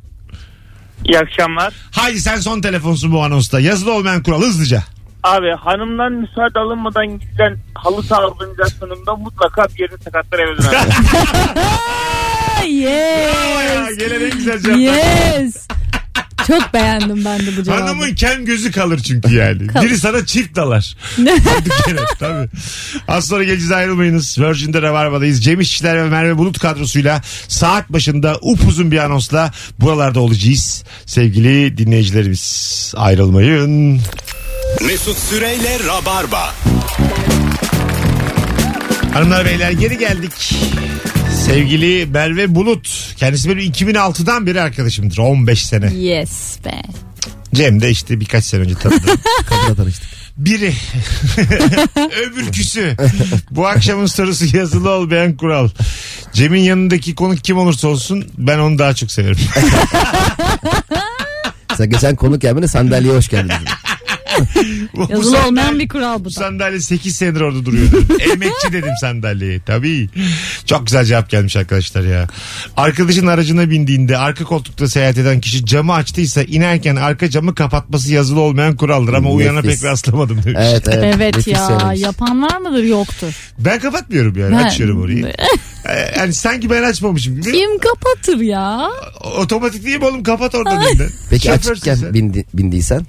K: İyi akşamlar.
B: Haydi sen son telefonsun bu anonsta. Yazılı olmayan kural hızlıca.
K: Abi hanımdan müsaade alınmadan gidilen halı saha organizasyonunda mutlaka bir yerini sakatlar eve döner.
I: [laughs]
B: Bravo ya,
C: yes.
B: Gelen en güzel cevaplar.
C: Yes. Çok beğendim ben de bu cevabı.
B: Hanımın kem gözü kalır [laughs] çünkü yani.
C: Kalır.
B: Biri sana çift dalar. [laughs] Dükkanı, tabii. Az sonra geleceğiz ayrılmayınız. Virgin'de Rabarba'dayız. Cem İşçiler ve Merve Bulut kadrosuyla saat başında upuzun bir anonsla buralarda olacağız. Sevgili dinleyicilerimiz ayrılmayın.
A: Mesut Süreyle Rabarba.
B: Hanımlar beyler geri geldik. Sevgili Merve Bulut. Kendisi benim 2006'dan beri arkadaşımdır. 15 sene.
C: Yes be.
B: Cem de işte birkaç sene önce tanıdım.
D: Kapıda tanıştık.
B: Biri. [laughs] Öbürküsü. Bu akşamın sorusu yazılı olmayan kural. Cem'in yanındaki konuk kim olursa olsun ben onu daha çok severim.
D: Sen geçen konuk gelmene sandalyeye hoş geldin. dedi.
B: Bu
C: Yazılı
B: sandalye-
C: olmayan bir kural
B: Bu
C: bu da.
B: sandalye 8 senedir orada duruyor. dedim. Emekçi dedim sandalyeye. Tabii. Çok güzel cevap gelmiş arkadaşlar ya. Arkadaşın aracına bindiğinde arka koltukta seyahat eden kişi camı açtıysa inerken arka camı kapatması yazılı olmayan kuraldır ama uyana
D: Nefis.
B: pek rastlamadım demiş.
D: Evet evet.
C: Evet
D: Nefis
C: ya
D: söylemiş.
C: yapan var mıdır yoktur.
B: Ben kapatmıyorum yani.
C: Ben-
B: Açıyorum orayı. Ee, [laughs] Yani sanki ben açmamışım gibi.
C: Kim kapatır ya?
B: Otomatik değil mi oğlum kapat orada benden.
D: Peki
B: Şoförsün
D: açıkken
B: sen.
D: bindi- bindiysen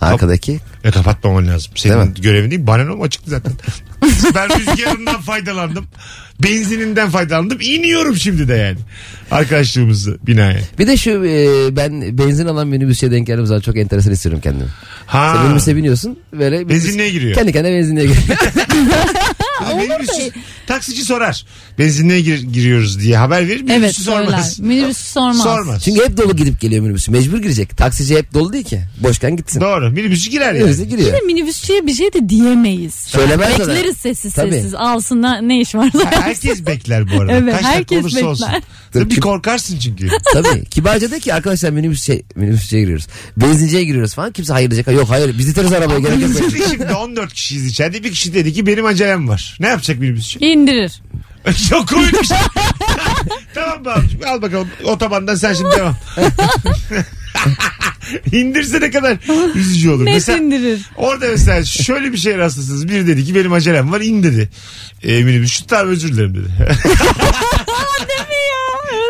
D: Arkadaki.
B: E kapatmaman lazım. Senin
D: Değil mi?
B: görevin değil. Bana ne oğlum? açıktı zaten. [laughs] ben rüzgarından faydalandım. Benzininden faydalandım. İniyorum şimdi de yani. Arkadaşlığımızı binaya.
D: Bir de şu e, ben benzin alan minibüse denk geldiğim zaman çok enteresan hissediyorum kendimi.
B: Ha.
D: Sen minibüse biniyorsun böyle. minibüs-
B: Benzinliğe giriyor.
D: Kendi kendine benzinliğe giriyor. [laughs]
B: Ya minibüsçü- taksici sorar. Benzinliğe gir- giriyoruz diye haber verir. Minibüsçü
C: Evet söyler.
B: sormaz.
C: Minibüs sormaz.
B: Sormaz.
D: Çünkü hep dolu gidip geliyor minibüs. Mecbur girecek. Taksici hep dolu değil ki. Boşken gitsin.
B: Doğru. Minibüsçü girer yani.
D: Minibüse giriyor.
C: Şimdi minibüsçüye bir şey de diyemeyiz.
D: Söylemez de.
C: Bekleriz sessiz
D: Tabii.
C: sessiz. Alsın da ne iş varsa.
B: Ha, Herkes bekler bu arada.
C: Evet,
B: Kaç dakika
C: herkes
B: olursa
C: bekler.
B: olsun.
D: Tabii
B: Tabii bir
D: ki-
B: korkarsın çünkü.
D: Tabii. Kibarca de ki arkadaşlar minibüse, minibüsçeye giriyoruz. Benzinciye giriyoruz falan. Kimse hayır diyecek. Yok hayır biz iteriz arabaya gerek yok.
B: Biz de şimdi 14 kişiyiz içeride. Bir kişi dedi ki benim acelem var. Ne yapacak minibüsçü? [laughs]
C: İndirir.
B: Yok öyle bir şey. [laughs] tamam be abicim al bakalım otobandan sen şimdi devam. [laughs] İndirse ne kadar üzücü olur.
C: Net
B: Mesela-
C: indirir.
B: Orada mesela şöyle bir şey rastlasınız. Biri dedi ki benim acelem var in dedi. E, minibüs şu tabi özür dilerim dedi. [laughs]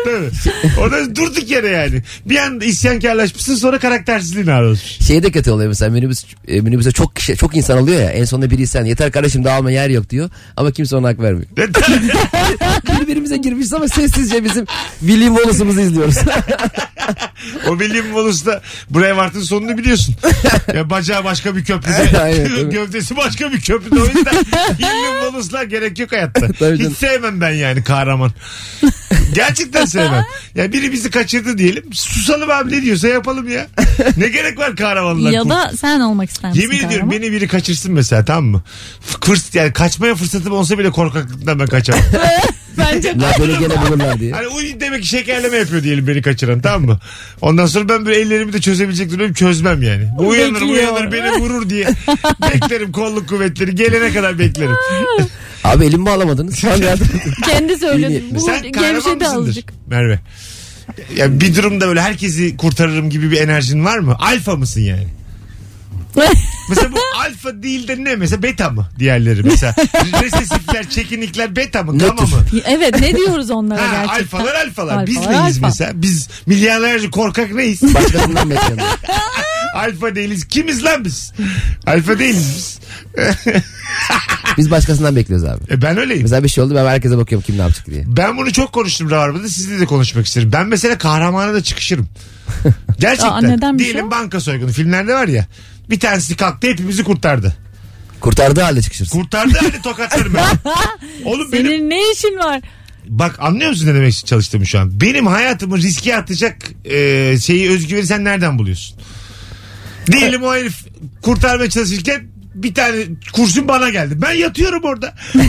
B: Tabii. Orada durduk yere yani. Bir anda isyankarlaşmışsın sonra karaktersizliğini arıyorsun.
D: Şey de kötü oluyor mesela minibüs, e, minibüse çok kişi, çok insan alıyor ya. En sonunda biri sen yeter kardeşim dağılma yer yok diyor. Ama kimse ona hak vermiyor. [laughs] Birbirimize girmişiz ama sessizce bizim William Wallace'ımızı izliyoruz.
B: o William Wallace'da Braveheart'ın sonunu biliyorsun. ya bacağı başka bir köprüde,
D: [laughs] Aynen, tabii.
B: gövdesi başka bir köprüde. O yüzden William Wallace'lar gerek yok hayatta.
D: [laughs] Tabii
B: Hiç
D: canım.
B: sevmem ben yani kahraman. Gerçekten sevmem. Ya biri bizi kaçırdı diyelim. Susalım abi ne diyorsa yapalım ya. Ne gerek var kahramanlar?
C: Ya da sen olmak ister misin?
B: Yemin ediyorum
C: kahraman?
B: beni biri kaçırsın mesela tamam mı? Fırs, yani kaçmaya fırsatım olsa bile korkaklıktan ben kaçamam.
C: Bence
D: Ya böyle gene bulurlar diye.
B: Hani o demek ki şekerleme yapıyor diyelim beni kaçıran tamam mı? Ondan sonra ben böyle ellerimi de çözebilecek durumdayım çözmem yani. Bu uyanır
C: Bekliyor.
B: uyanır
C: [laughs]
B: beni vurur diye beklerim kolluk kuvvetleri gelene kadar beklerim.
D: Abi elimi bağlamadınız. Şu an
B: [laughs]
D: geldim.
C: kendi söyledi.
D: Yeni-
C: Bu
B: Sen kahraman
C: gevşedi
B: mısındır
C: azıcık. [laughs]
B: Merve? Ya bir durumda böyle herkesi kurtarırım gibi bir enerjin var mı? Alfa mısın yani?
C: [laughs]
B: Mesela bu alfa değil de ne? Mesela beta mı diğerleri mesela? Resesifler, çekinikler beta mı? Gama
D: Nötr.
B: mı?
C: evet ne diyoruz onlara
B: Ha,
C: gerçekten?
B: alfalar alfalar. Biz
C: Alfalar
B: neyiz
C: alfa. [laughs]
B: mesela? Biz milyarlarca korkak neyiz?
D: Başkasından bekliyorum.
B: alfa değiliz. Kimiz lan biz? Alfa değiliz biz.
D: Biz başkasından bekliyoruz abi.
B: E ben öyleyim.
D: Mesela bir şey oldu ben herkese bakıyorum kim ne yapacak diye.
B: Ben bunu çok konuştum Rabarba'da. Sizle de konuşmak isterim. Ben mesela kahramana da
C: [laughs]
B: çıkışırım. Gerçekten.
C: Aa, nedenmiş
B: Diyelim
C: o?
B: banka soygunu. Filmlerde var ya. Bir tanesi kalktı hepimizi kurtardı.
D: Kurtardığı halde çıkışırsın.
B: Kurtardı hani tokatlarım
C: [laughs]
B: ben. Oğlum benim
C: Senin ne işin var?
B: bak anlıyor musun ne demek çalıştığımı şu an? Benim hayatımı riske atacak e, şeyi özgüveni sen nereden buluyorsun? Diyelim o herif kurtarmaya çalışırken bir tane kurşun bana geldi. Ben yatıyorum orada. Ben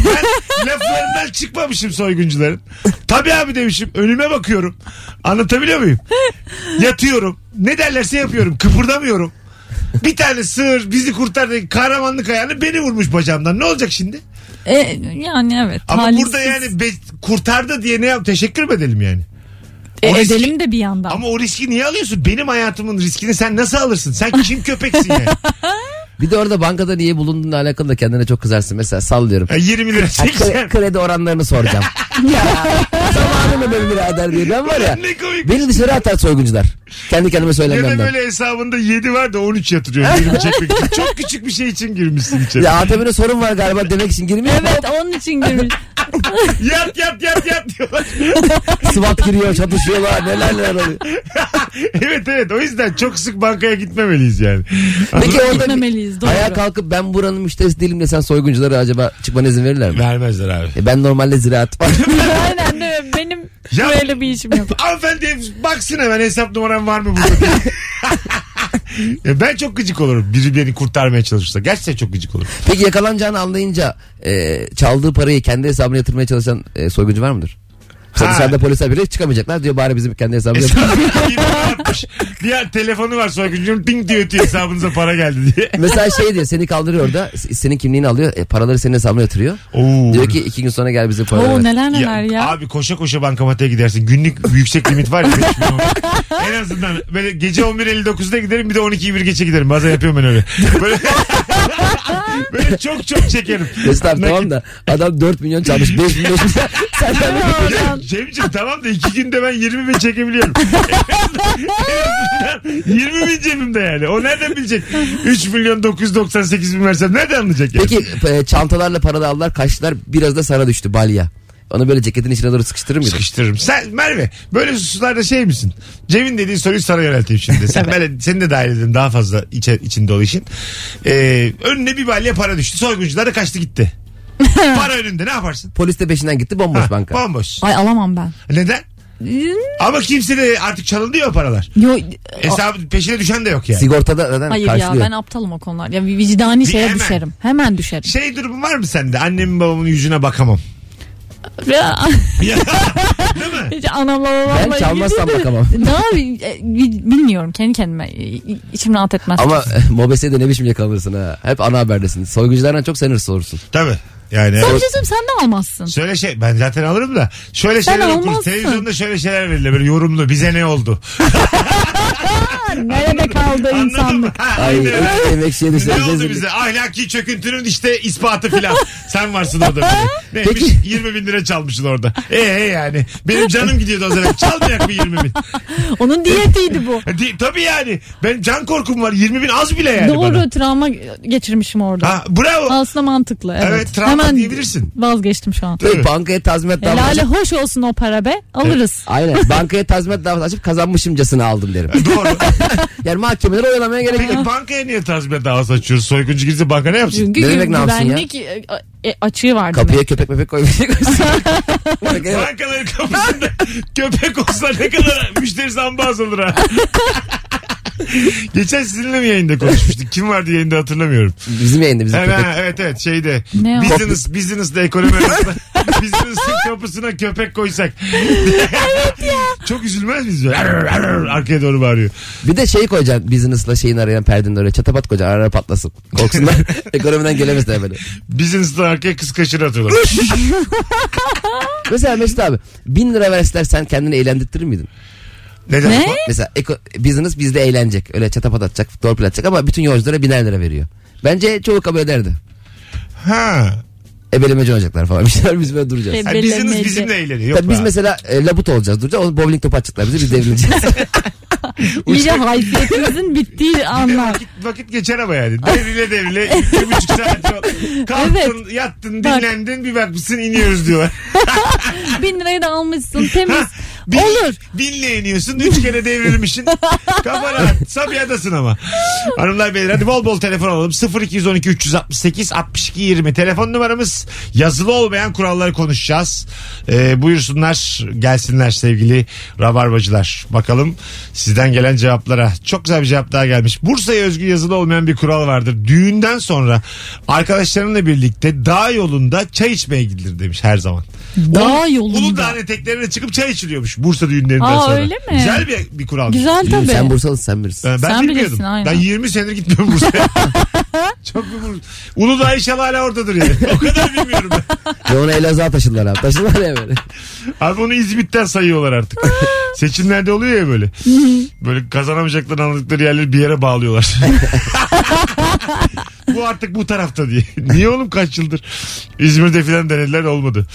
B: laflarından çıkmamışım soyguncuların. Tabii abi demişim. Önüme bakıyorum. Anlatabiliyor muyum? Yatıyorum. Ne derlerse yapıyorum. Kıpırdamıyorum. Bir tane sığır bizi kurtardı. Kahramanlık ayağını beni vurmuş bacağımdan. Ne olacak şimdi?
C: E, yani evet.
B: Ama
C: talihsiz.
B: burada yani be- kurtardı diye ne yap? Teşekkür mü edelim yani?
C: E,
B: o riski-
C: edelim de bir yandan.
B: Ama o riski niye alıyorsun? Benim hayatımın riskini sen nasıl alırsın? Sen kim köpeksin
D: [laughs]
B: yani?
D: Bir de orada bankada niye bulunduğunla alakalı da kendine çok kızarsın. Mesela sallıyorum.
B: Ya 20 lira
D: Ha, kre-
B: çeksen.
D: kredi
B: [laughs]
D: oranlarını soracağım. ya, zamanını be birader diye ben var ya.
B: Ne komik.
D: Beni dışarı atar soyguncular. Kendi kendime
B: Ya da
D: söylememden.
B: böyle hesabında 7 var da 13 yatırıyor.
D: [laughs]
B: 20 çekmek için. Çok küçük bir şey için girmişsin içeri.
D: Ya ATM'de sorun var galiba demek için girmiyor.
C: Evet onun
B: [laughs]
C: için girmiş.
B: Yat yat yat yat diyorlar. [laughs]
D: SWAT giriyor çatışıyorlar neler neler oluyor.
B: evet evet o yüzden çok sık bankaya gitmemeliyiz
D: [laughs]
B: yani.
D: Peki orada bir-
C: Gitmemeliyiz doğru.
D: ayağa kalkıp ben buranın müşterisi değilim desen soygunculara acaba çıkmana izin
B: [laughs]
D: verirler mi?
B: Vermezler abi.
D: E ben normalde ziraat
C: Aynen değil mi? Benim
B: Ya-
C: böyle bir işim
D: [laughs]
C: yok.
B: Hanımefendi baksın hemen hesap numaram var mı burada diye. Ya ben çok gıcık olurum. Biri beni kurtarmaya çalışırsa. Gerçekten çok gıcık olurum.
D: Peki yakalanacağını anlayınca e, çaldığı parayı kendi hesabına yatırmaya çalışan e, soyguncu var mıdır? Mesela
B: Ha. E,
D: dışarıda polisler bile çıkamayacaklar diyor bari bizim kendi hesabımıza yatıralım.
B: Diğer telefonu var soyguncunun ping diyor ötüyor hesabınıza para geldi diye.
D: [laughs] Mesela şey diyor seni kaldırıyor orada s- senin kimliğini alıyor e, paraları senin hesabına yatırıyor.
B: Oo.
D: Diyor ki iki gün sonra gel bize para
C: Oo
D: ver.
C: neler
B: Ya,
C: neler ya.
B: Abi koşa koşa bankamatiğe gidersin. Günlük yüksek limit var ya. beş milyon. en azından böyle gece 11.59'da giderim bir de 12'yi bir geçe giderim. Bazen yapıyorum ben öyle.
C: [laughs]
B: Böyle, böyle çok çok çekerim.
D: Mesut abi tamam da adam 4 milyon çalmış 5 milyon senden
B: [laughs]
D: bir-
B: Ya Cemciğim tamam da iki günde ben 20 bin çekebiliyorum. En azından 20 bin cebimde yani. O nereden bilecek? 3 milyon 998 bin versem nereden anlayacak yani?
D: Peki e, çantalarla paralı aldılar kaçtılar biraz da sana düştü balya. Onu böyle ceketin içine doğru sıkıştırır mıydın?
B: Sıkıştırırım. Sen Merve böyle hususlarda şey misin? Cem'in dediği soruyu sana yönelteyim şimdi. Sen, ben, seni de dahil edin daha fazla içe, içinde o işin. Ee, önüne bir balya para düştü. Soyguncular da kaçtı
D: [laughs]
B: gitti. para önünde ne yaparsın?
D: Polis de peşinden gitti bomboş banka.
B: Bomboş.
C: Ay alamam ben.
B: Neden? Ama kimse de artık çalındı ya o paralar.
C: Yo,
B: Hesabı peşine düşen de yok yani.
D: Sigortada zaten
C: hayır ya
D: karşılıyor.
C: ben aptalım o konular. Ya bir vicdani şeye
B: Hemen.
C: düşerim. Hemen düşerim.
B: Şey durumu var mı sende? Annemin babamın yüzüne bakamam. [laughs]
C: Ya, [laughs]
B: Ya, Değil mi?
C: hiç anam babamla
D: Ben
C: ilgili
D: çalmazsam
C: de-
D: bakamam.
C: Ne yapayım? E, bi- Bilmiyorum kendi kendime. E, İçim rahat etmez.
D: Ama e, mobese de ne biçim yakalanırsın ha. Hep ana haberdesin. Soygunculardan çok sen hırsız olursun.
B: Tabii. Yani
C: Sen bir şey söyleyeyim, sen de almazsın.
B: Şöyle şey ben zaten alırım da şöyle
C: Sen
B: şeyler okuruz.
C: almazsın.
B: Televizyonda şöyle şeyler verilir böyle yorumlu bize ne oldu?
C: Nerede kaldı
B: Anladın mı?
C: insanlık?
B: Ha,
D: Ay şey
B: aynen öyle.
D: ekşi ekşiye
B: Ne
D: düşeceğiz.
B: oldu bize? Ahlaki çöküntünün işte ispatı filan. Sen varsın orada. bir de.
C: [laughs]
B: Neymiş?
D: Peki.
B: 20 bin lira çalmışsın orada. Ee yani. Benim canım gidiyordu o zaman. Çalmayak mı 20 bin?
C: Onun diyetiydi bu.
B: De- tabii yani. Ben can korkum var. 20 bin az bile yani
C: Doğru
B: bana.
C: travma geçirmişim orada.
B: Ha, bravo.
C: Aslında mantıklı. Evet,
B: Evet, travma diyebilirsin.
C: Vazgeçtim şu an.
B: Tabii.
D: Bankaya tazminat davası
C: Helale
D: açıp-
C: hoş olsun o para be. Alırız.
D: Aynen bankaya tazminat davası açıp kazanmışımcasını aldım derim.
B: Doğru.
D: Yani mahkemeleri oyalamaya gerek yok.
B: Peki bankaya niye tazminat davası açıyoruz? Soyguncu girse banka ne
C: [laughs]
B: yapsın?
C: Çünkü
D: Ne demek ne yapsın ya?
C: güvenlik e, e, açığı var demek.
D: Kapıya köpek mepek
B: [laughs]
D: koymayacak mısın?
B: Bankaların kapısında [laughs] köpek olsa ne kadar müşteri zambaz olur ha. [laughs] Geçen sizinle mi yayında konuşmuştuk? Kim vardı yayında hatırlamıyorum.
D: Bizim yayında bizim
B: Ha,
D: köpek.
B: ha, evet evet şeyde.
C: Ne o?
B: Business, business'la ekonomi arasında. [laughs] business'ın kapısına köpek koysak. evet ya. Çok üzülmez miyiz? Böyle? Arr, arr, arkaya doğru bağırıyor.
D: Bir de şey koyacaksın business'la şeyin arayan perdenin oraya çatapat koyacaksın ara ara patlasın. Korksunlar
B: [laughs]
D: [laughs] ekonomiden gelemesinler böyle.
B: Business'la arkaya kız kaşır atıyorlar.
D: Mesela Mesut abi bin lira verseler sen kendini eğlendirtirir miydin?
B: Neden?
C: Ne?
D: Mesela eko, business bizde eğlenecek. Öyle çatapat atacak, torpil atacak ama bütün yolculara biner lira veriyor. Bence çoğu kabul ederdi.
B: Ha.
D: Ebelemeci olacaklar falan. [laughs] Bir şeyler biz böyle duracağız.
C: Evet.
B: ha
C: Belli,
B: business
C: belli.
B: bizimle eğleniyor. Yok
D: Tabii biz
B: be.
D: mesela e, labut olacağız duracağız. O bowling topu atacaklar bize
C: [laughs]
D: biz devrileceğiz.
C: İyice haysiyetimizin bittiği anlar.
B: Vakit, vakit geçer ama yani. Devrile
C: [laughs]
B: devrile. iki buçuk saat yol. Kalktın,
C: Evet.
B: yattın,
C: Bak.
B: dinlendin. Bir bakmışsın iniyoruz diyorlar.
C: Bin lirayı da almışsın temiz.
B: Ha, bin-
C: Olur.
B: Binle iniyorsun. Üç kere
C: [laughs]
B: devrilmişsin. Kafa rahat. Sabiha'dasın ama. Hanımlar beyler hadi bol bol telefon alalım. 0212 368 62 20 telefon numaramız. Yazılı olmayan kuralları konuşacağız. Ee, buyursunlar gelsinler sevgili rabarbacılar. Bakalım sizden gelen cevaplara. Çok güzel bir cevap daha gelmiş. Bursa'ya özgü yazılı olmayan bir kural vardır. Düğünden sonra arkadaşlarınla birlikte dağ yolunda çay içmeye gidilir demiş her zaman.
C: Dağ
B: Uludağ'ın
C: yolunda.
B: eteklerine çıkıp çay içiliyormuş Bursa düğünlerinden
C: Aa,
B: sonra.
C: öyle mi?
B: Güzel bir, bir kuralmış.
C: Güzel tabii.
D: Sen Bursalısın sen bilirsin.
B: Ee, Ben
C: Sen
B: bilmiyordum.
C: bilirsin, aynen.
B: Ben 20 senedir gitmiyorum
C: [laughs]
B: Bursa'ya. Çok bir Bursa. Uludağ inşallah hala oradadır yani. [laughs] O kadar bilmiyorum ben.
D: Ve onu Elazığ'a taşıdılar abi. Taşıdılar
C: [laughs]
D: ya böyle.
B: Abi onu İzmit'ten sayıyorlar artık. Seçimlerde oluyor ya
C: [laughs]
B: böyle. böyle kazanamayacaklarını anladıkları yerleri bir yere
C: [laughs]
B: bağlıyorlar. bu artık bu tarafta diye. Niye oğlum kaç yıldır? İzmir'de filan denediler olmadı.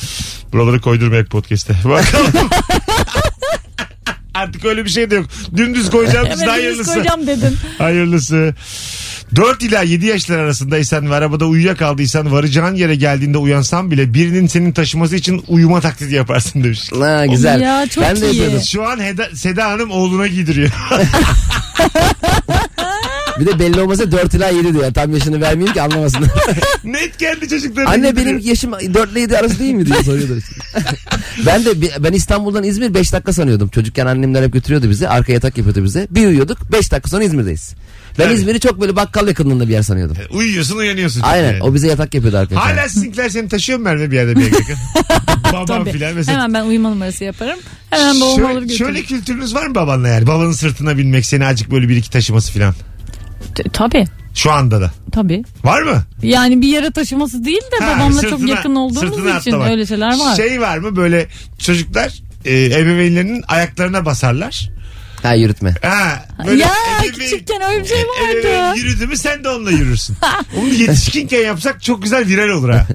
B: Buraları koydurmayak podcast'e. [laughs]
C: [laughs]
B: Bakalım. Artık öyle bir şey de yok. Dümdüz koyacağım biz
C: Evet,
B: daha
C: biz
B: hayırlısı. [laughs]
C: koyacağım dedin.
B: Hayırlısı. 4 ila 7 yaşlar arasındaysan ve arabada uyuyakaldıysan varacağın yere geldiğinde uyansan bile birinin senin taşıması için uyuma taklidi yaparsın demiş.
D: Ha, güzel.
C: Ya, çok
D: ben de
C: iyi.
D: yapıyordum.
B: Şu an Heda- Seda Hanım oğluna
D: [laughs]
B: giydiriyor. [laughs]
D: Bir de belli olmasa 4 ila 7 diyor. Tam yaşını vermeyeyim ki anlamasın.
B: Net kendi çocuklarına
D: Anne
B: giydiriyor.
D: benim yaşım 4 ile 7 arası değil mi diye soruyordu. [laughs] ben de bi- ben İstanbul'dan İzmir 5 dakika sanıyordum. Çocukken annemler hep götürüyordu bizi. Arka yatak yapıyordu bize. Bir uyuyorduk 5 dakika sonra İzmir'deyiz. Ben
B: Tabii.
D: İzmir'i çok böyle bakkal yakınlığında bir yer sanıyordum.
B: Uyuyorsun uyanıyorsun. çünkü
D: Aynen
B: yani.
D: o bize yatak yapıyordu arkadaşlar.
B: Hala sizinkiler seni taşıyor mu Merve bir yerde bir
D: [laughs]
B: yere yakın? Babam
C: Tabii.
B: filan mesela.
C: Hemen ben uyuma numarası yaparım. Hemen babamı alır
B: Şöyle, şöyle
C: götürürüm.
B: kültürünüz var mı babanla yani? Babanın sırtına binmek seni acık böyle bir iki taşıması filan.
C: T- Tabii.
B: Şu anda da.
C: Tabii.
B: Var mı?
C: Yani bir yere taşıması değil de
B: Ha,
C: babamla çok
B: sırtına-
C: yakın
B: sırtına
C: olduğumuz için
B: atlamak.
C: öyle şeyler var.
B: Şey var mı böyle çocuklar e, ebeveynlerinin ayaklarına basarlar.
D: Ha yürütme.
B: Ha,
C: ya küçükken öyle bir şey
B: ebeveyn
C: vardı.
B: yürüdü mü sen de onunla
C: [laughs]
B: yürürsün. Onu yetişkinken yapsak çok güzel viral olur ha.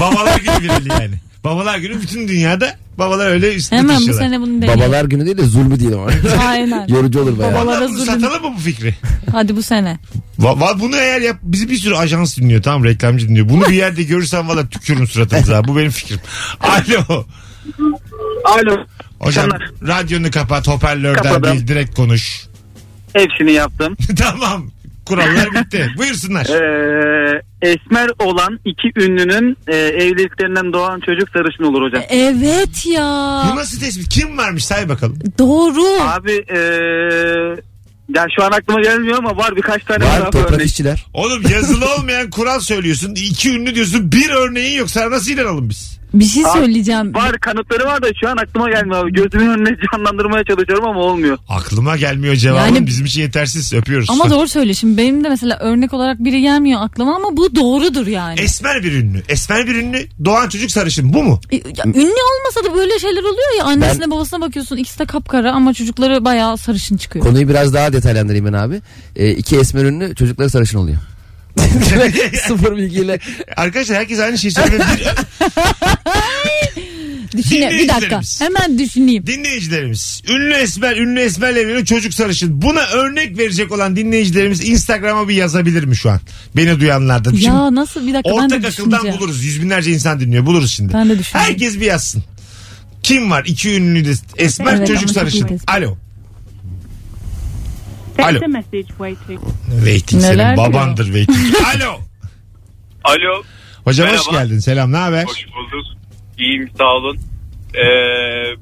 B: Babalar günü virali yani. Babalar günü bütün dünyada Babalar öyle üstüne
C: Hemen bu
B: taşıyorlar.
C: sene bunu deneyelim.
D: Babalar günü değil de zulmü diyelim. ona.
C: Aynen.
D: [laughs] Yorucu olur bayağı.
C: Babalar-
B: Babalara
C: Babalara zulüm.
B: Satalım mı bu fikri?
C: Hadi bu sene.
B: Va, va- bunu eğer yap, bizi bir sürü ajans dinliyor tamam reklamcı dinliyor. Bunu bir yerde görürsen valla tükürürüm suratınıza. Bu benim
C: [laughs]
B: fikrim. Alo.
K: Alo.
B: Hocam
K: Canlar.
B: radyonu kapat hoparlörden
K: Kapadım.
B: değil direkt konuş. [laughs]
K: Hepsini yaptım.
B: tamam. Kurallar bitti.
I: E,
B: Buyursunlar.
K: Ee, esmer olan iki ünlünün e, evliliklerinden doğan çocuk sarışın olur hocam.
C: Evet ya.
B: Bu nasıl tespit? Kim varmış say bakalım.
C: Doğru.
K: Abi e, ya şu an aklıma gelmiyor ama var birkaç tane
D: Var
K: daha
D: toprak
K: örnek.
D: işçiler.
B: Oğlum yazılı olmayan kural söylüyorsun. İki ünlü diyorsun. Bir örneğin yok. Sana nasıl inanalım biz?
C: Bir şey söyleyeceğim.
K: Var kanıtları var da şu an aklıma gelmiyor abi. Gözümün önüne canlandırmaya çalışıyorum ama olmuyor.
B: Aklıma gelmiyor cevabın.
C: Yani-
B: Bizim için yetersiz. Öpüyoruz.
C: Ama doğru söyle şimdi benim de mesela örnek olarak biri gelmiyor aklıma ama bu doğrudur yani.
B: Esmer bir ünlü. Esmer bir ünlü. Doğan çocuk sarışın. Bu mu?
C: E, ya ünlü olmasa da böyle şeyler oluyor ya annesine babasına bakıyorsun ikisi de kapkara ama çocukları bayağı sarışın çıkıyor.
D: Konuyu biraz daha detaylandırayım ben abi. Ee, iki esmer ünlü çocukları sarışın oluyor. Sıfır bilgiyle.
B: Arkadaşlar herkes aynı şeyi
C: [laughs]
B: söylüyor. Bir-
C: Düşüne bir dakika
B: Dinleyicilerimiz.
C: hemen düşüneyim.
B: dinleyicilerimiz ünlü esmer ünlü esmerle evleniyor çocuk sarışın. Buna örnek verecek olan dinleyicilerimiz Instagram'a bir yazabilir mi şu an? Beni duyanlardan. Şimdi
C: Ya nasıl bir dakika ben
B: ortak
C: de
B: akıldan
C: düşüneceğim.
B: buluruz. Yüz binlerce insan dinliyor. Buluruz şimdi.
C: Ben de düşüneceğim.
B: Herkes bir yazsın. Kim var? İki ünlü de esmer
C: Evet, ama
B: çocuk
C: çok iyi
B: sarışın.
C: tespit.
B: Alo. Alo. Rating
C: Neler
B: senin
C: diyor?
B: babandır
E: [laughs]
B: rating. Alo.
E: Alo.
B: Hocam hoş
E: Merhaba.
B: geldin. Selam ne haber?
E: Hoş bulduk. İyiyim sağ olun. Ee,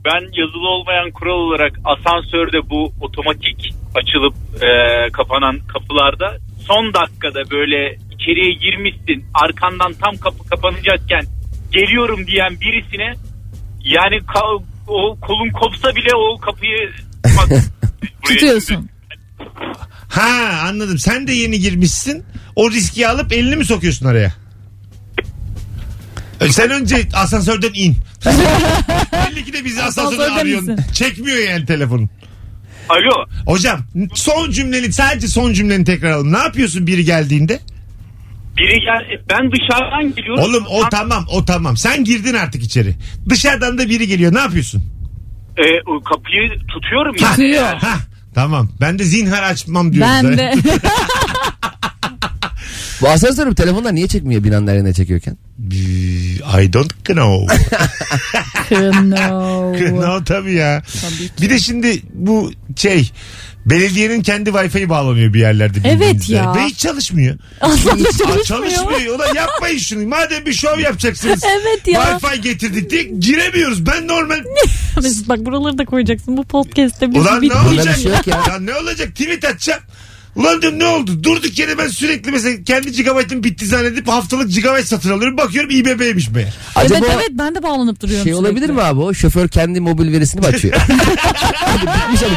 E: ben yazılı olmayan kural olarak asansörde bu otomatik açılıp e, kapanan kapılarda son dakikada böyle içeriye girmişsin arkandan tam kapı kapanacakken geliyorum diyen birisine yani ka- o kolun kopsa bile o kapıyı Bak, buraya-
C: Tutuyorsun.
B: Ha anladım. Sen de yeni girmişsin. O riski alıp elini mi sokuyorsun araya? E, Sen önce asansörden
C: [laughs]
B: in. Belli ki de bizi asansörden
C: Asansörden
B: arıyorsun.
C: insin.
B: Çekmiyor yani telefonun.
E: Alo.
B: Hocam son cümleni sadece son cümleni tekrar alalım. Ne yapıyorsun biri geldiğinde?
E: Biri gel ben dışarıdan geliyorum.
B: Oğlum o tamam o tamam. Sen girdin artık içeri. Dışarıdan da biri geliyor. Ne yapıyorsun?
E: E, o kapıyı tutuyorum yani.
C: Tutuyor.
B: Ha tamam. Ben de zinhar açmam [laughs] diyoruz.
C: Ben
B: Ha.
C: de.
B: [laughs]
D: Bu asansörü telefonlar niye çekmiyor binanın yerine çekiyorken?
B: I don't
C: [laughs]
B: know. [laughs]
C: Kınav.
B: Kırnağı tabii ya. Bir de şimdi bu şey belediyenin kendi Wi-Fi'yi bağlanıyor bir yerlerde. bildiğinizde.
C: ya.
B: Ve hiç
C: [laughs]
B: çalışmıyor.
C: Aslında
B: Aa,
C: çalışmıyor.
B: çalışmıyor. Ulan yapmayın şunu. Madem bir şov yapacaksınız.
C: [laughs] Evet ya.
B: Wi-Fi getirdik diye giremiyoruz. Ben normal...
C: Mesut bak buraları da koyacaksın. Bu podcast'te bir
B: Ulan
C: bir
B: ne olacak?
D: bir şey yok ya.
B: ya ne olacak? Tweet atacağım. Ulan diyorum ne oldu? Durduk yere ben sürekli mesela kendi gigabaytım bitti zannedip haftalık gigabayt satın alıyorum. Bakıyorum İBB'ymiş meğer.
D: Acaba
C: evet evet ben de bağlanıp duruyorum.
D: şey olabilir
C: sürekli.
D: mi abi o? Şoför kendi mobil verisini
C: [laughs]
D: mi açıyor? Bitmiş abi.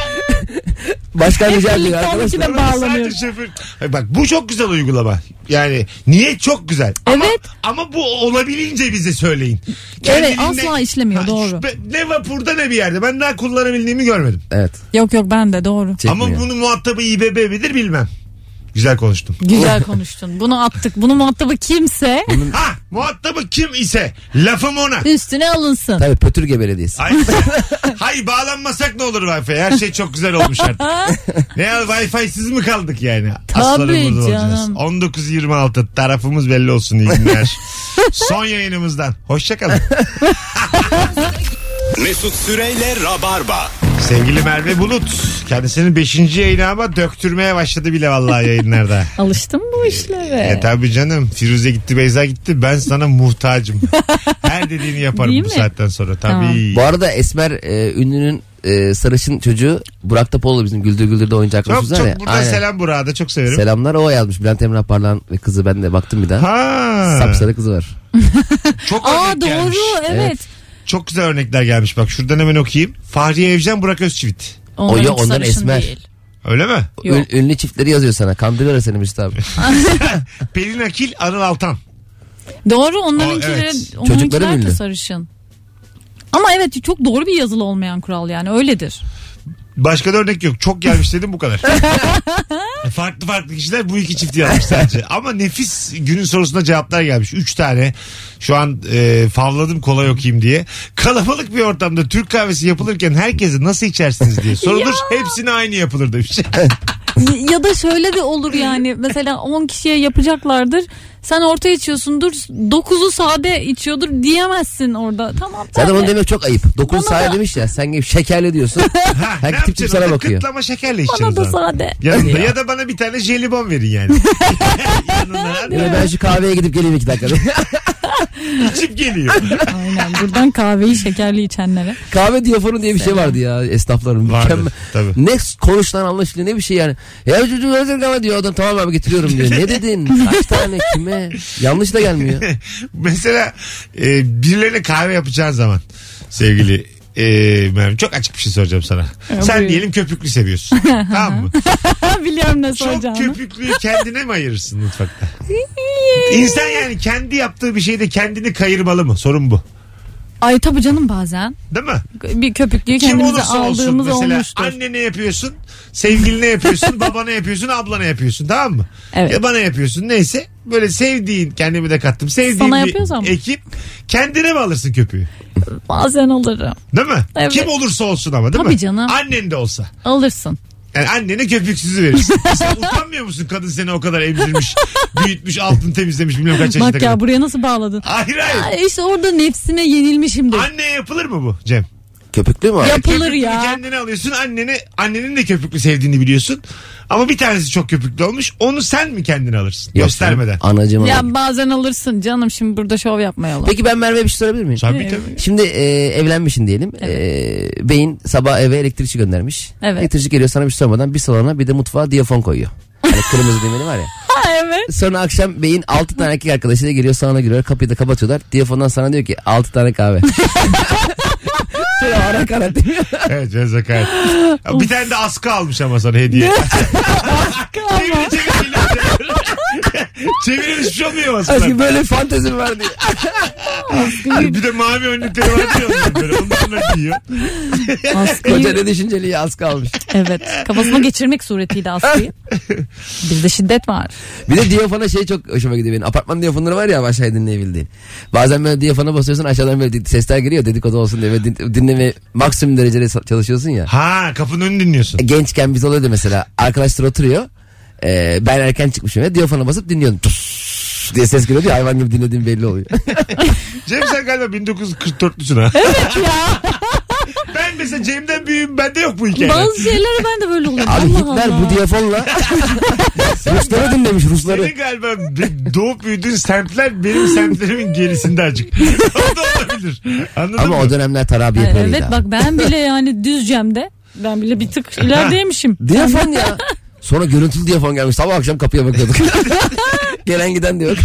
D: Başkan rica
C: birlikte
D: ediyor
C: onun için
D: arkadaşlar.
C: de- Bağlanıyor.
B: Sadece şoför. Ay Bak bu çok güzel uygulama. Yani niye çok güzel. Ama,
C: Evet.
B: Ama bu olabilince bize söyleyin.
C: Evet, asla işlemiyor, doğru.
B: şu- ben- Ne vapurda ne bir yerde. Ben daha kullanabildiğimi görmedim.
D: Evet.
C: Yok yok ben de doğru.
D: Çekmiyor.
B: Ama bunun muhatabı İBB midir bilmem. Güzel konuştum.
D: [laughs]
C: Güzel konuştun. Bunu attık. Bunu muhatabı kimse
B: Ha muhatabı kim ise lafım ona.
C: üstüne alınsın.
D: Tabii Pötürge Belediyesi.
B: Ay, [laughs] hay bağlanmasak ne olur Wi-Fi? Her şey çok güzel olmuş artık. ne ya Wi-Fi'siz mi kaldık yani? Az sonra
C: Tabii
B: burada olacağız.
C: canım.
B: 19.26 tarafımız belli olsun iyi günler.
C: [laughs]
B: Son yayınımızdan. Hoşçakalın.
A: Mesut Süreyle Rabarba.
B: Sevgili Merve Bulut. Kendisinin 5. yayını ama döktürmeye başladı bile vallahi
C: [laughs]
B: yayınlarda.
C: Alıştım bu işlere.
B: E tabii canım. Firuze gitti Beyza gitti. Ben sana muhtacım. Her dediğini yaparım
C: Değil
B: bu
C: mi?
B: saatten sonra. Tabii.
D: Bu arada Esmer e, ünlünün e, sarışın çocuğu Burak Tapoğlu bizim Güldür Güldür'de oyuncak
B: Çok
D: konuşuyoruz ya.
B: çok buradan
D: Aynen.
B: selam Burak'a da çok severim.
D: Selamlar o yazmış. Bülent Emrah Parlan ve kızı ben de baktım bir daha.
B: Ha.
D: Sapsarı kızı var.
B: Çok
C: Aa
B: örnek
C: doğru
B: gelmiş.
C: evet.
B: Çok güzel örnekler gelmiş bak. Şuradan hemen okuyayım. Fahriye Evcen, Burak Özçivit.
C: Onların
D: O ya,
C: hiç
D: onların
C: sarışın
D: esmer.
C: değil.
B: Öyle mi?
C: Yok.
D: Ün- ünlü çiftleri yazıyor sana. Kandırıyorlar seni Müslü abi.
B: Pelin Akil, Anıl Altan.
C: Doğru onlarınkileri,
B: Aa, evet.
D: Çocukları mı
C: onlarınkiler de
D: ünlü?
C: sarışın. Ama evet çok doğru bir yazılı olmayan kural yani öyledir.
B: Başka da örnek yok. Çok gelmiş dedim bu kadar. E, farklı farklı kişiler bu iki çifti yapmış sadece. Ama nefis günün sorusuna cevaplar gelmiş. Üç tane şu an e, favladım kolay okuyayım diye. Kalabalık bir ortamda Türk kahvesi yapılırken herkese nasıl içersiniz diye sorulur. Hepsine aynı yapılır demiş.
C: ya da şöyle de olur [laughs] yani mesela 10 kişiye yapacaklardır. Sen orta içiyorsundur. 9'u sade içiyordur diyemezsin orada. Tamam.
D: Zaten
C: ben de-
D: onu demek çok ayıp. Dokuz
C: Bana
D: sade
C: da-
D: demiş ya. Sen gibi
C: [laughs]
D: şekerli diyorsun. Herkes tip tip sana bakıyor.
B: Kıtlama şekerle içeceğim.
C: Bana da sade.
B: Yanında ya da bana bir tane jelibon verin yani. [laughs]
D: Ya ben şu kahveye gidip geleyim iki dakikada.
B: İçip geliyor.
C: Aynen buradan kahveyi şekerli [laughs] içenlere.
D: Kahve diyafonu diye bir şey vardı ya esnafların.
B: Vardı,
D: Mükemmel.
B: tabii.
D: Ne konuşulan anlaşılıyor ne bir şey yani. Ya çocuk özür kahve diyor adam tamam abi getiriyorum diyor. Ne dedin? Kaç tane kime? Yanlış da gelmiyor.
B: [laughs] Mesela e, birilerine kahve yapacağın zaman sevgili e, Meryem çok açık bir şey soracağım sana. Sen
C: buyurun.
B: diyelim köpüklü seviyorsun. tamam
C: [laughs]
B: mı?
C: Ha, Biliyorum ne
B: Çok
C: soracağını.
B: köpüklüyü kendine mi ayırırsın mutfakta? İnsan yani kendi yaptığı bir şeyde kendini kayırmalı mı? Sorun bu.
C: Ay tabii canım bazen.
B: Değil mi?
C: Bir köpüklüğü
B: Kim
C: kendimize
B: olursa olsun
C: aldığımız
B: mesela
C: olmuştur.
B: annene yapıyorsun, sevgiline
C: [laughs]
B: yapıyorsun, babana yapıyorsun, ablana yapıyorsun tamam mı?
C: Evet.
B: Ya bana yapıyorsun neyse böyle sevdiğin kendimi de kattım. Sevdiğin
C: Sana yapıyorsam
B: bir
C: mı?
B: ekip kendine mi alırsın köpüğü?
C: Bazen alırım.
B: Değil mi?
C: Evet.
B: Kim olursa olsun ama değil
C: Tabii
B: mi?
C: canım.
B: Annen de olsa.
C: Alırsın.
B: Yani annene köpüksüzü
C: [laughs]
B: verirsin. Sen utanmıyor musun kadın seni o kadar emzirmiş, büyütmüş, altını temizlemiş bilmem kaç yaşında
C: Bak ya
B: kadın.
C: buraya nasıl bağladın?
B: Hayır hayır.
C: Ay, İşte orada nefsime yenilmişimdir.
B: Anneye yapılır mı bu Cem?
D: Köpüklü mü? abi?
C: Yapılır
B: Köpüklüyü
C: ya.
B: kendine alıyorsun anneni annenin de köpüklü sevdiğini biliyorsun. Ama bir tanesi çok köpüklü olmuş. Onu sen mi kendine alırsın?
D: Yok,
B: göstermeden.
D: Anacığım.
C: Ya bazen alırsın canım şimdi burada şov yapmayalım.
D: Peki ben Merve'ye bir şey sorabilir miyim?
B: Tabii tabii.
D: Şimdi e, evlenmişsin diyelim. E, beyin sabah eve elektrikçi göndermiş.
C: Evet.
D: Elektrikçi geliyor sana bir şey sormadan bir salona bir de mutfağa diyafon koyuyor. Hani kırmızı demiri var ya.
C: Ha
D: [laughs]
C: evet.
D: Sonra akşam beyin 6 tane erkek arkadaşıyla geliyor salona giriyor kapıyı da kapatıyorlar. Diyafondan sana diyor ki 6 tane kahve. Şöyle ara kara diyor.
B: Evet ben zakaret. bir tane de askı almış ama sana [laughs] hediye. Çeviri [laughs] çeviri. Çeviri hiçbir şey olmuyor aslında.
D: Aşkım böyle fantezi var diyor.
B: bir de mavi önlükleri var diyor. onların Böyle. Onu da onlar giyiyor.
D: Koca
C: Askıyı,
D: ne düşünceli ya az kalmış.
C: evet kafasına geçirmek suretiyle
D: [laughs]
C: askıyı. Bizde şiddet var.
D: Bir de diyafona şey çok hoşuma gidiyor benim. Apartman diyafonları var ya aşağıya dinleyebildiğin. Bazen böyle diyafona basıyorsun aşağıdan böyle sesler geliyor dedikodu olsun diye. Böyle din- dinleme maksimum derecede sa- çalışıyorsun ya. E,
B: Ha kapının önünü dinliyorsun.
D: gençken biz oluyordu mesela arkadaşlar oturuyor. Ee, ben erken çıkmışım ve diyafona basıp dinliyorum. Tıs diye ses geliyor diye hayvan gibi dinlediğim belli oluyor.
B: Cem sen galiba 1944'lüsün ha.
C: Evet ya.
B: Ben mesela Cem'den büyüğüm bende yok bu hikaye.
C: Bazı şeylere ben de böyle oluyorum.
D: Abi
C: Allah
D: Hitler
C: Allah.
D: bu diyafonla
C: [laughs]
D: Rusları dinlemiş Rusları.
B: Senin galiba bi- doğup büyüdüğün semtler benim semtlerimin gerisinde acık. [laughs] o da olabilir. Anladın
D: Ama
B: mı?
D: o dönemler tarabi
C: Ay,
D: yapıyordu.
C: Evet bak ben
D: [laughs]
C: bile yani düzcemde ben bile bir tık ilerideymişim.
D: Diyafon ya. Sonra görüntülü diyafon gelmiş. Sabah akşam
C: [laughs]
D: kapıya bakıyorduk. Gelen giden de yok.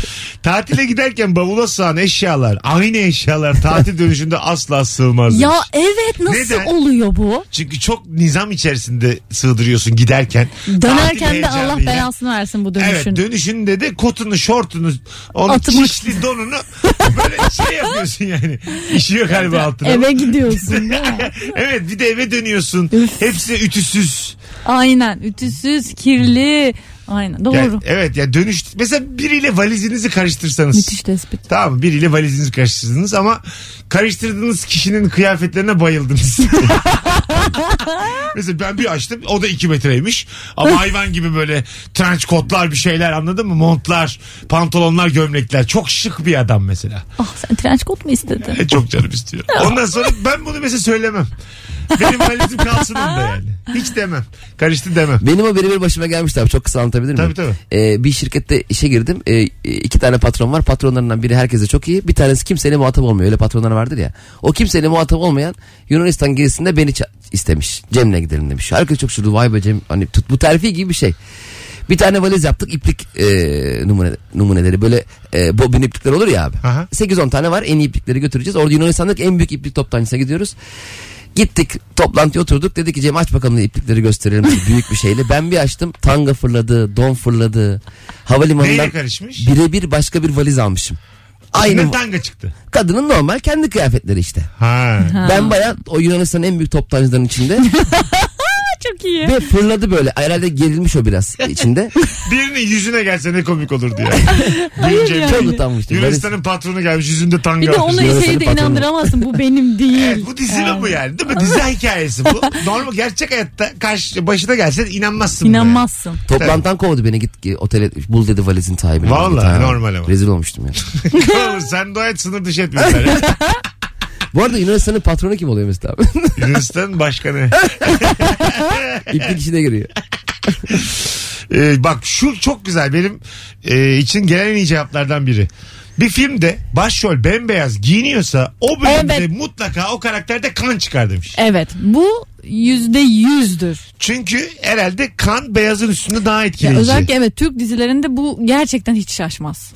B: Tatile giderken bavula sığan eşyalar, aynı eşyalar tatil dönüşünde asla sığmaz.
C: Ya
B: demiş.
C: evet nasıl
B: Neden?
C: oluyor bu?
B: Çünkü çok nizam içerisinde sığdırıyorsun giderken.
C: Dönerken
B: Tatil
C: de Allah
B: heyecanıyla.
C: belasını versin bu dönüşün.
B: Evet dönüşünde de kotunu, şortunu, onun
C: Atmak.
B: çişli donunu böyle şey yapıyorsun yani. İşiyor galiba altına.
C: Eve gidiyorsun değil mi?
B: evet bir de eve dönüyorsun.
C: Üf.
B: Hepsi ütüsüz.
C: Aynen ütüsüz kirli. Aynen doğru.
B: Yani, e, evet ya dönüş mesela biriyle valizinizi karıştırsanız.
C: Müthiş tespit.
B: Tamam mı? biriyle valizinizi karıştırdınız ama karıştırdığınız kişinin kıyafetlerine
C: [laughs]
B: bayıldınız. Mesela ben bir açtım o da 2 metreymiş ama hayvan gibi böyle trench kotlar bir şeyler anladın mı? Montlar, pantolonlar, gömlekler çok şık bir adam mesela.
C: Ah sen trenç kot
B: [laughs]
C: mu istedin?
B: E, çok canım istiyor. Ondan sonra ben bunu mesela söylemem. Benim valizim kalsın
C: [laughs]
B: onda yani. Hiç demem. Karıştı demem.
D: Benim o birebir başıma gelmişti abi. Çok kısa anlatabilir miyim?
B: Tabii,
D: Ee, bir şirkette işe girdim. Ee, iki tane patron var. Patronlarından biri herkese çok iyi. Bir tanesi kimseyle muhatap olmuyor. Öyle patronlar vardır ya. O kimseyle muhatap olmayan Yunanistan gezisinde beni ça- istemiş. Cem'le gidelim demiş. Herkes çok şurada vay be Cem. Hani tut, bu terfi gibi bir şey. Bir tane valiz yaptık iplik e, numune, numuneleri böyle e, bobin iplikler olur ya abi.
B: Aha.
D: 8-10 tane var en iyi iplikleri götüreceğiz. Orada Yunanistan'daki en büyük iplik toptancısına gidiyoruz. Gittik toplantıya oturduk. Dedi ki Cem aç bakalım ne iplikleri gösterelim dedi, büyük bir şeyle. Ben bir açtım tanga fırladı, don fırladı.
B: Neyle
D: Havalimanından
B: karışmış?
D: birebir başka bir valiz almışım.
B: Aynı.
D: Aynı
B: tanga çıktı.
D: kadının normal kendi kıyafetleri işte.
B: Ha.
D: Ben baya o Yunanistan'ın en büyük toptancıların içinde
C: Çok iyi.
D: Ve fırladı böyle. Herhalde gerilmiş o biraz içinde.
B: Birinin yüzüne gelse ne komik olurdu ya.
C: [laughs] Hayır
B: Gülünce-
C: yani.
D: Çok utanmıştım.
B: Yunanistan'ın patronu gelmiş yüzünde tanga.
C: Bir de
B: atmış.
C: onu
D: Yarasını
C: şeye de
D: patronum.
C: inandıramazsın. Bu benim değil.
B: E, Bu dizi mi bu yani? Değil mi? Dizi hikayesi
C: [laughs]
B: bu. Normal gerçek hayatta karşı başına gelse inanmazsın. buna.
C: İnanmazsın.
D: Toplantıdan kovdu beni git e, otele bul dedi valizin sahibini.
B: Vallahi,
D: Git, ha.
B: normal ama.
D: Rezil olmuştum ya.
B: [laughs] Oğlum sen dua et sınır dışı etmiyorlar.
C: [laughs]
D: Bu arada Yunanistan'ın patronu kim oluyor
B: [laughs]
D: Mesut abi?
B: Yunanistan başkanı.
D: İplik işine giriyor.
B: Ee, bak şu çok güzel benim e, için gelen en iyi cevaplardan biri. Bir filmde başrol bembeyaz giyiniyorsa o bölümde
C: Evet.
B: mutlaka o karakterde kan çıkar demiş.
C: Evet bu yüzde yüzdür.
B: Çünkü herhalde kan beyazın üstünde daha
C: Ya
B: etkileyici.
C: özellikle evet Türk dizilerinde bu gerçekten hiç şaşmaz.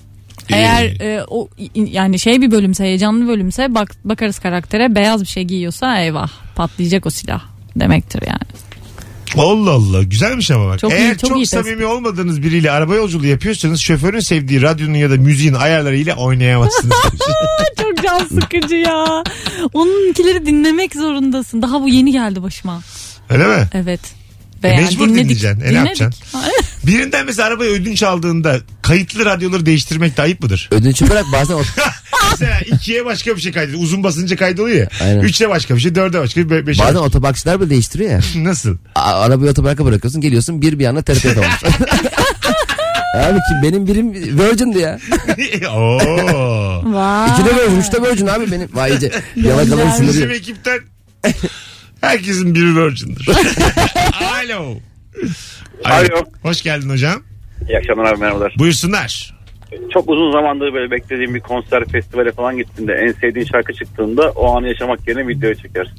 B: Ee,
C: Eğer e, o i- yani şey bir bölümse heyecanlı bir bölümse bak bakarız karaktere beyaz bir şey giyiyorsa eyvah patlayacak o silah demektir yani.
B: Allah Allah güzelmiş ama bak.
C: Çok iyi,
B: Eğer
C: çok
B: çok,
C: iyi
B: samimi
C: tespit.
B: olmadığınız biriyle araba yolculuğu yapıyorsanız şoförün sevdiği radyonun ya da müziğin ayarlarıyla
C: [laughs]
B: oynayamazsınız.
C: Çok can sıkıcı ya. Onunkileri dinlemek zorundasın. Daha bu yeni geldi başıma.
B: Öyle mi?
C: Evet.
B: E, mecbur dinleyeceksin. E, ne yapacaksın? Birinden mesela arabayı ödünç aldığında kayıtlı radyoları değiştirmek de ayıp mıdır?
D: Ödünç olarak bazen o
B: Mesela ikiye başka bir şey kaydediyor. Uzun basınca kaydoluyor ya.
D: Aynen.
B: Üçe başka bir şey, dörde başka bir, be- beşe
D: bazen otobankçılar bile değiştiriyor ya. [laughs]
B: Nasıl? [laughs]
D: A- arabayı otoparka bırakıyorsun geliyorsun bir bir anda terapiye olmuş. abi ki benim birim Virgin'di ya.
B: Oo.
C: [laughs] Vay.
D: İkide Virgin, üçte Virgin abi benim. Vay iyice. Yalakaların sınırı
B: Bizim
D: yok.
B: ekipten herkesin biri
D: [laughs]
B: virgin'dir. Alo.
E: Alo.
B: Hoş geldin hocam.
E: İyi akşamlar abi merhabalar.
B: Buyursunlar.
E: Çok uzun zamandır böyle beklediğim bir konser festivale falan gittiğinde en sevdiğin şarkı çıktığında o anı yaşamak yerine videoya çekersin.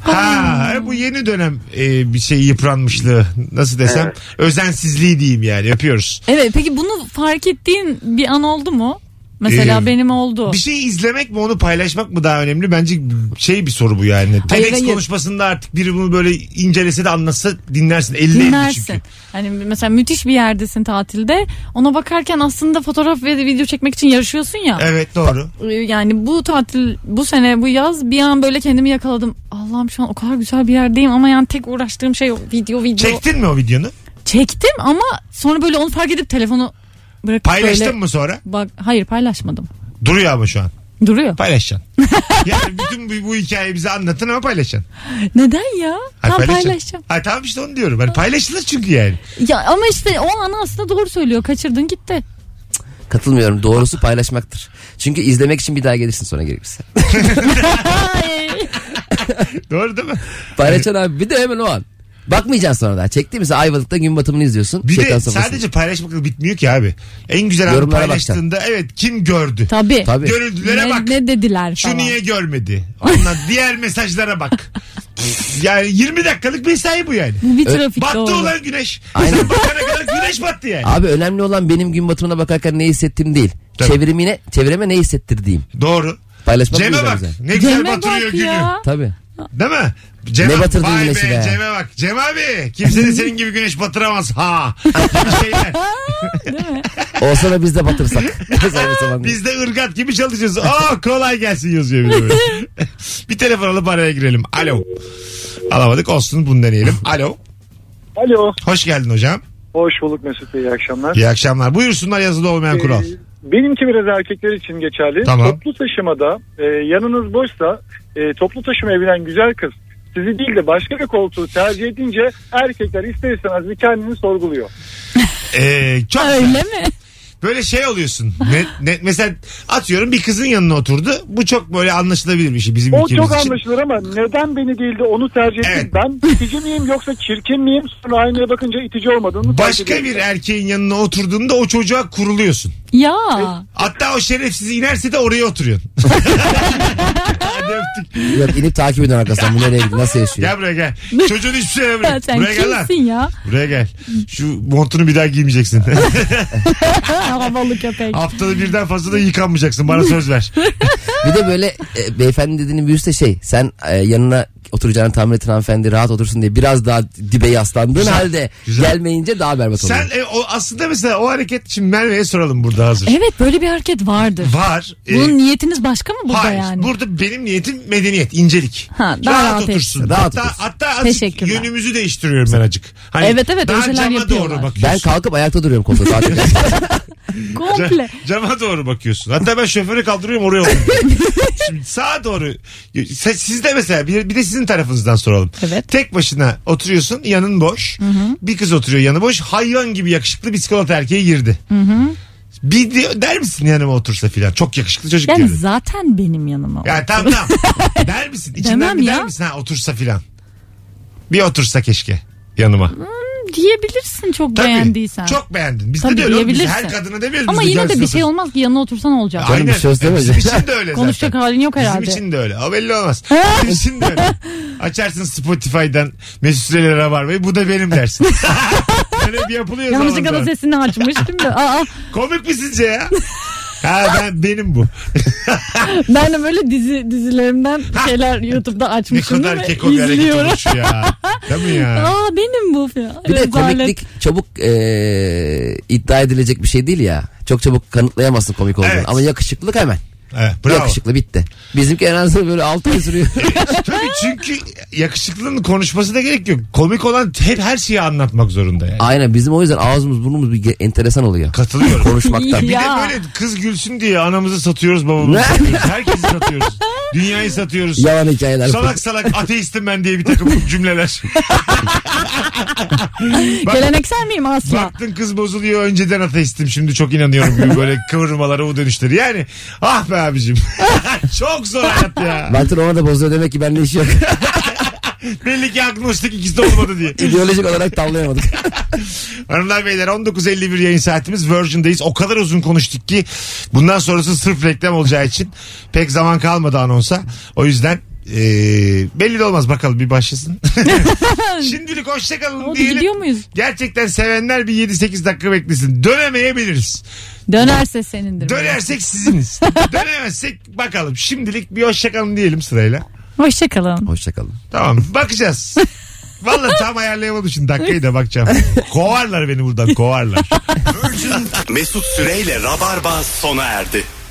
B: Ha, bu yeni dönem e, bir şey yıpranmışlığı nasıl desem
E: Evet.
B: özensizliği diyeyim yani yapıyoruz.
C: Evet peki bunu fark ettiğin bir an oldu mu? Mesela
B: Ee,
C: benim oldu.
B: Bir şey izlemek mi onu paylaşmak mı daha önemli? Bence şey bir soru bu yani.
C: Hayır,
B: TEDx
C: hayır.
B: konuşmasında artık biri bunu böyle incelese de anlatsa dinlersin. Elli elli çünkü.
C: Dinlersin. Hani mesela müthiş bir yerdesin tatilde. Ona bakarken aslında fotoğraf ve video çekmek için yarışıyorsun ya.
B: Evet doğru.
C: Ee, Yani bu tatil bu sene bu yaz bir an böyle kendimi yakaladım. Allah'ım şu an o kadar güzel bir yerdeyim ama yani tek uğraştığım şey o video video.
B: Çektin mi o videonu?
C: Çektim ama sonra böyle onu fark edip telefonu bırakıp
B: Paylaştın
C: böyle-
B: mı sonra?
C: Bak hayır paylaşmadım.
B: Duruyor ama şu an.
C: Duruyor. [laughs]
B: Paylaşacaksın. yani bütün bu, bu hikayeyi bize anlatın ama paylaşacaksın.
C: Neden ya?
B: Hayır,
C: Tam
B: paylaşacaksın.
C: paylaşacağım.
B: Hayır, tamam işte onu diyorum. Hani paylaşılır çünkü yani.
C: Ya ama işte o an aslında doğru söylüyor. Kaçırdın gitti.
D: Katılmıyorum. Doğrusu paylaşmaktır. Çünkü izlemek için bir daha gelirsin sonra gerekirse.
C: Ay.
B: Doğru değil mi?
D: Paylaşan abi bir de hemen o an. Bakmayacaksın sonra daha. Çektiğimizde Ayvalık'ta gün batımını izliyorsun.
B: Bir
D: Şeytan
B: de
D: sofrası.
B: sadece paylaşmakla bitmiyor ki abi. En güzel anı
D: Yorumlara
B: paylaştığında evet kim gördü?
C: Tabii.
D: Tabii.
B: Görüldülere
C: ne,
B: bak.
C: ne dediler
B: Şu
C: falan.
B: niye görmedi? Ondan diğer mesajlara bak. yani 20 dakikalık mesai bu yani.
C: Bu bir trafik
B: Battı
C: doğru.
B: olan güneş.
D: Aynen.
B: Sen bakana kadar güneş battı yani.
D: Abi önemli olan benim gün batımına bakarken ne hissettiğim değil.
B: Tabii.
D: Çevremine, çevreme ne hissettirdiğim.
B: Doğru.
D: Paylaşmak bu
B: Cem'e
D: yüzden
B: bak.
D: güzel.
B: Ne güzel
C: Cem'e
B: batırıyor
C: bak
B: günü.
C: ya.
D: Tabii.
B: Değil mi? Cem,
D: Ne batırdın
B: vay
D: güneşi be.
B: Cem'e bak. Cem abi kimse de senin gibi güneş batıramaz ha. Bir şeyler.
D: Olsa da biz
B: [laughs]
D: de batırsak. [laughs] Saçma sapan.
B: Biz de ırgat gibi çalışıyoruz. Aa kolay gelsin yazıyor bir de böyle. [laughs] bir telefon alıp araya girelim. Alo. Alamadık olsun bunu deneyelim. Alo.
K: Alo.
B: Hoş geldin hocam.
K: Hoş bulduk Mesut Bey. iyi akşamlar.
B: İyi akşamlar. Buyursunlar yazılı olmayan kural.
K: Ee, benimki biraz erkekler için geçerli.
B: Tamam.
K: Toplu taşımada e, yanınız boşsa e, toplu taşıma bilen güzel kız sizi değil de başka bir koltuğu tercih edince erkekler ister istemez bir kendini sorguluyor.
B: Ee, çok güzel.
C: Öyle mi?
B: Böyle şey oluyorsun. Ne, ne- mesela atıyorum bir kızın yanına oturdu. Bu çok böyle anlaşılabilir bir şey bizim
K: O
B: ülkemiz
K: çok
B: için.
K: anlaşılır ama neden beni değil de onu tercih ettin?
B: Evet.
K: Ben itici miyim yoksa çirkin miyim? Sonra aynaya bakınca itici olmadığını
B: Başka bir erkeğin yanına oturduğunda o çocuğa kuruluyorsun.
C: Ya.
B: Hatta o şerefsiz inerse de oraya
K: [laughs]
B: oturuyorsun. Hadi öptük.
D: Yok inip takip ediyorsun arkasından. Bu nereye gidiyor? Nasıl yaşıyor?
B: Gel buraya gel. Çocuğun hiçbir şey
C: Ya
B: yapamıyor.
C: sen
B: Buraya gel lan.
C: kimsin
B: [laughs]
C: ya?
B: Buraya gel. Şu montunu bir daha
K: [laughs]
B: giymeyeceksin.
C: Havalı köpek.
B: Haftada birden fazla da yıkanmayacaksın. Bana söz ver.
D: Bir de böyle e, beyefendi dediğinin büyüsü de şey sen e, yanına oturacağını tahmin eden hanımefendi rahat otursun diye biraz daha dibe yaslandığın
B: Güzel,
D: halde gelmeyince daha berbat oluyor.
B: Sen e, o aslında mesela o hareket şimdi Merve'ye soralım burada hazır.
C: Evet böyle bir hareket vardır.
B: Var. E,
C: [laughs] Bunun niyetiniz başka mı burada
B: hayır,
C: yani?
B: Burada benim niyetim medeniyet, incelik.
C: Ha, daha rahat
B: otursun.
D: etsin. Rahat
B: hatta,
D: otursun.
B: hatta azıcık
C: Teşekkürler.
B: yönümüzü değiştiriyorum ben azıcık. Hani
C: Evet, evet,
B: Daha
C: özeler
B: cama doğru
C: yapıyorlar.
B: bakıyorsun.
D: Ben kalkıp ayakta duruyorum koltuğa.
B: [laughs]
D: Daha çok-
C: Komple.
B: Ca- Cama doğru bakıyorsun. Hatta ben şoförü kaldırıyorum oraya
C: [laughs]
B: oturuyorum. Şimdi sağa doğru. Se- Siz de mesela bir, bir de sizin tarafınızdan soralım.
C: Evet.
B: Tek başına oturuyorsun yanın boş. Bir kız oturuyor yanı boş. Hayvan gibi yakışıklı bisikolata erkeği girdi. Bir de- der misin yanıma otursa filan. Çok yakışıklı çocuk
C: Yani
B: girdi.
C: zaten benim yanıma.
B: Ya tamam tamam.
C: [laughs]
B: der misin? İçinden
C: Demem
B: bir der
C: ya.
B: misin? Ha, otursa filan. Bir otursa keşke yanıma.
C: Diyebilirsin çok
B: Tabii.
C: beğendiysen.
B: Çok beğendin. Bizde
C: Tabii,
B: de öyle oğlum. Biz
C: diyebilirsin.
B: her kadına demiyoruz.
C: Ama
B: biz
C: yine de
B: güzelsin
C: bir şey
B: otur.
C: olmaz ki yanına otursan olacak.
D: Canım bir şey söz
B: E,
D: demedi.
B: Bizim için de öyle
C: Konuşacak
B: zaten.
C: halin yok herhalde.
B: Bizim için de öyle. O belli
C: [laughs]
B: olmaz. Bizim için de öyle. Açarsın Spotify'dan Mesut Süreyler'e var ve bu da benim
C: [laughs]
B: dersin. Böyle bir yapılıyor zaman
C: Yanlışlıkla da
B: zaman.
C: sesini açmış değil
B: [laughs]
C: mi? Aa,
B: Komik mi sizce ya? Ha ben benim bu.
C: ben de böyle dizi dizilerimden şeyler YouTube'da
B: Ne
C: açmışım değil
B: kadar
C: mi?
B: keko bir hareket
C: İzliyorum.
B: olmuş ya. Değil mi
C: [laughs]
B: ya?
C: Aa benim bu falan.
D: Bir de
C: Rezalet.
D: komiklik çabuk eee, iddia edilecek bir şey değil ya. Çok çabuk kanıtlayamazsın komik olduğunu.
B: Evet.
D: Ama yakışıklık hemen.
B: Evet, bravo.
D: Yakışıklı bitti. Bizimki en azından böyle 6
B: [laughs]
D: ay sürüyor.
B: Tabii çünkü yakışıklının konuşması da gerek yok. Komik olan hep her şeyi anlatmak zorunda yani.
D: Aynen bizim o yüzden ağzımız burnumuz bir ge- enteresan oluyor.
B: Katılıyorum.
D: Konuşmaktan. [laughs]
B: Bir
C: Ya.
B: de böyle kız gülsün diye anamızı satıyoruz babamızı
D: Ne?
B: satıyoruz. Herkesi satıyoruz. Dünyayı satıyoruz.
D: Yalan hikayeler.
B: Salak salak ateistim ben diye bir takım
D: [laughs]
B: cümleler. Bak-
C: Geleneksel miyim asla?
B: Baktın kız bozuluyor önceden ateistim şimdi çok inanıyorum gibi böyle kıvırmalara o dönüşleri. Yani ah be abicim. [laughs] çok zor hayat ya.
D: Zaten ona da bozuyor demek ki benimle iş yok. [laughs]
B: Belli ki agnostik ikisi de olmadı diye.
D: İdeolojik olarak tavlayamadık.
B: Hanımlar beyler 19.51 yayın saatimiz Virgin'dayız. O kadar uzun konuştuk ki bundan sonrası sırf reklam olacağı için pek zaman kalmadı anonsa. O yüzden e, belli de olmaz bakalım bir
C: [laughs]
B: başlasın. Şimdilik hoşçakalın
C: Oldu,
B: diyelim.
C: gidiyor muyuz?
B: Gerçekten sevenler bir 7-8 dakika beklesin. Dönemeyebiliriz.
C: Dönerse senindir.
B: Dönersek
C: [laughs]
B: siziniz. Dönemezsek bakalım. Şimdilik bir hoşçakalın diyelim sırayla.
C: Hoşçakalın.
D: Hoşçakalın.
B: Tamam
C: [laughs]
B: bakacağız. Vallahi tam ayarlayamadım şimdi dakikayı da bakacağım. Kovarlar beni buradan kovarlar.
A: Mesut Süreyle Rabarba sona erdi.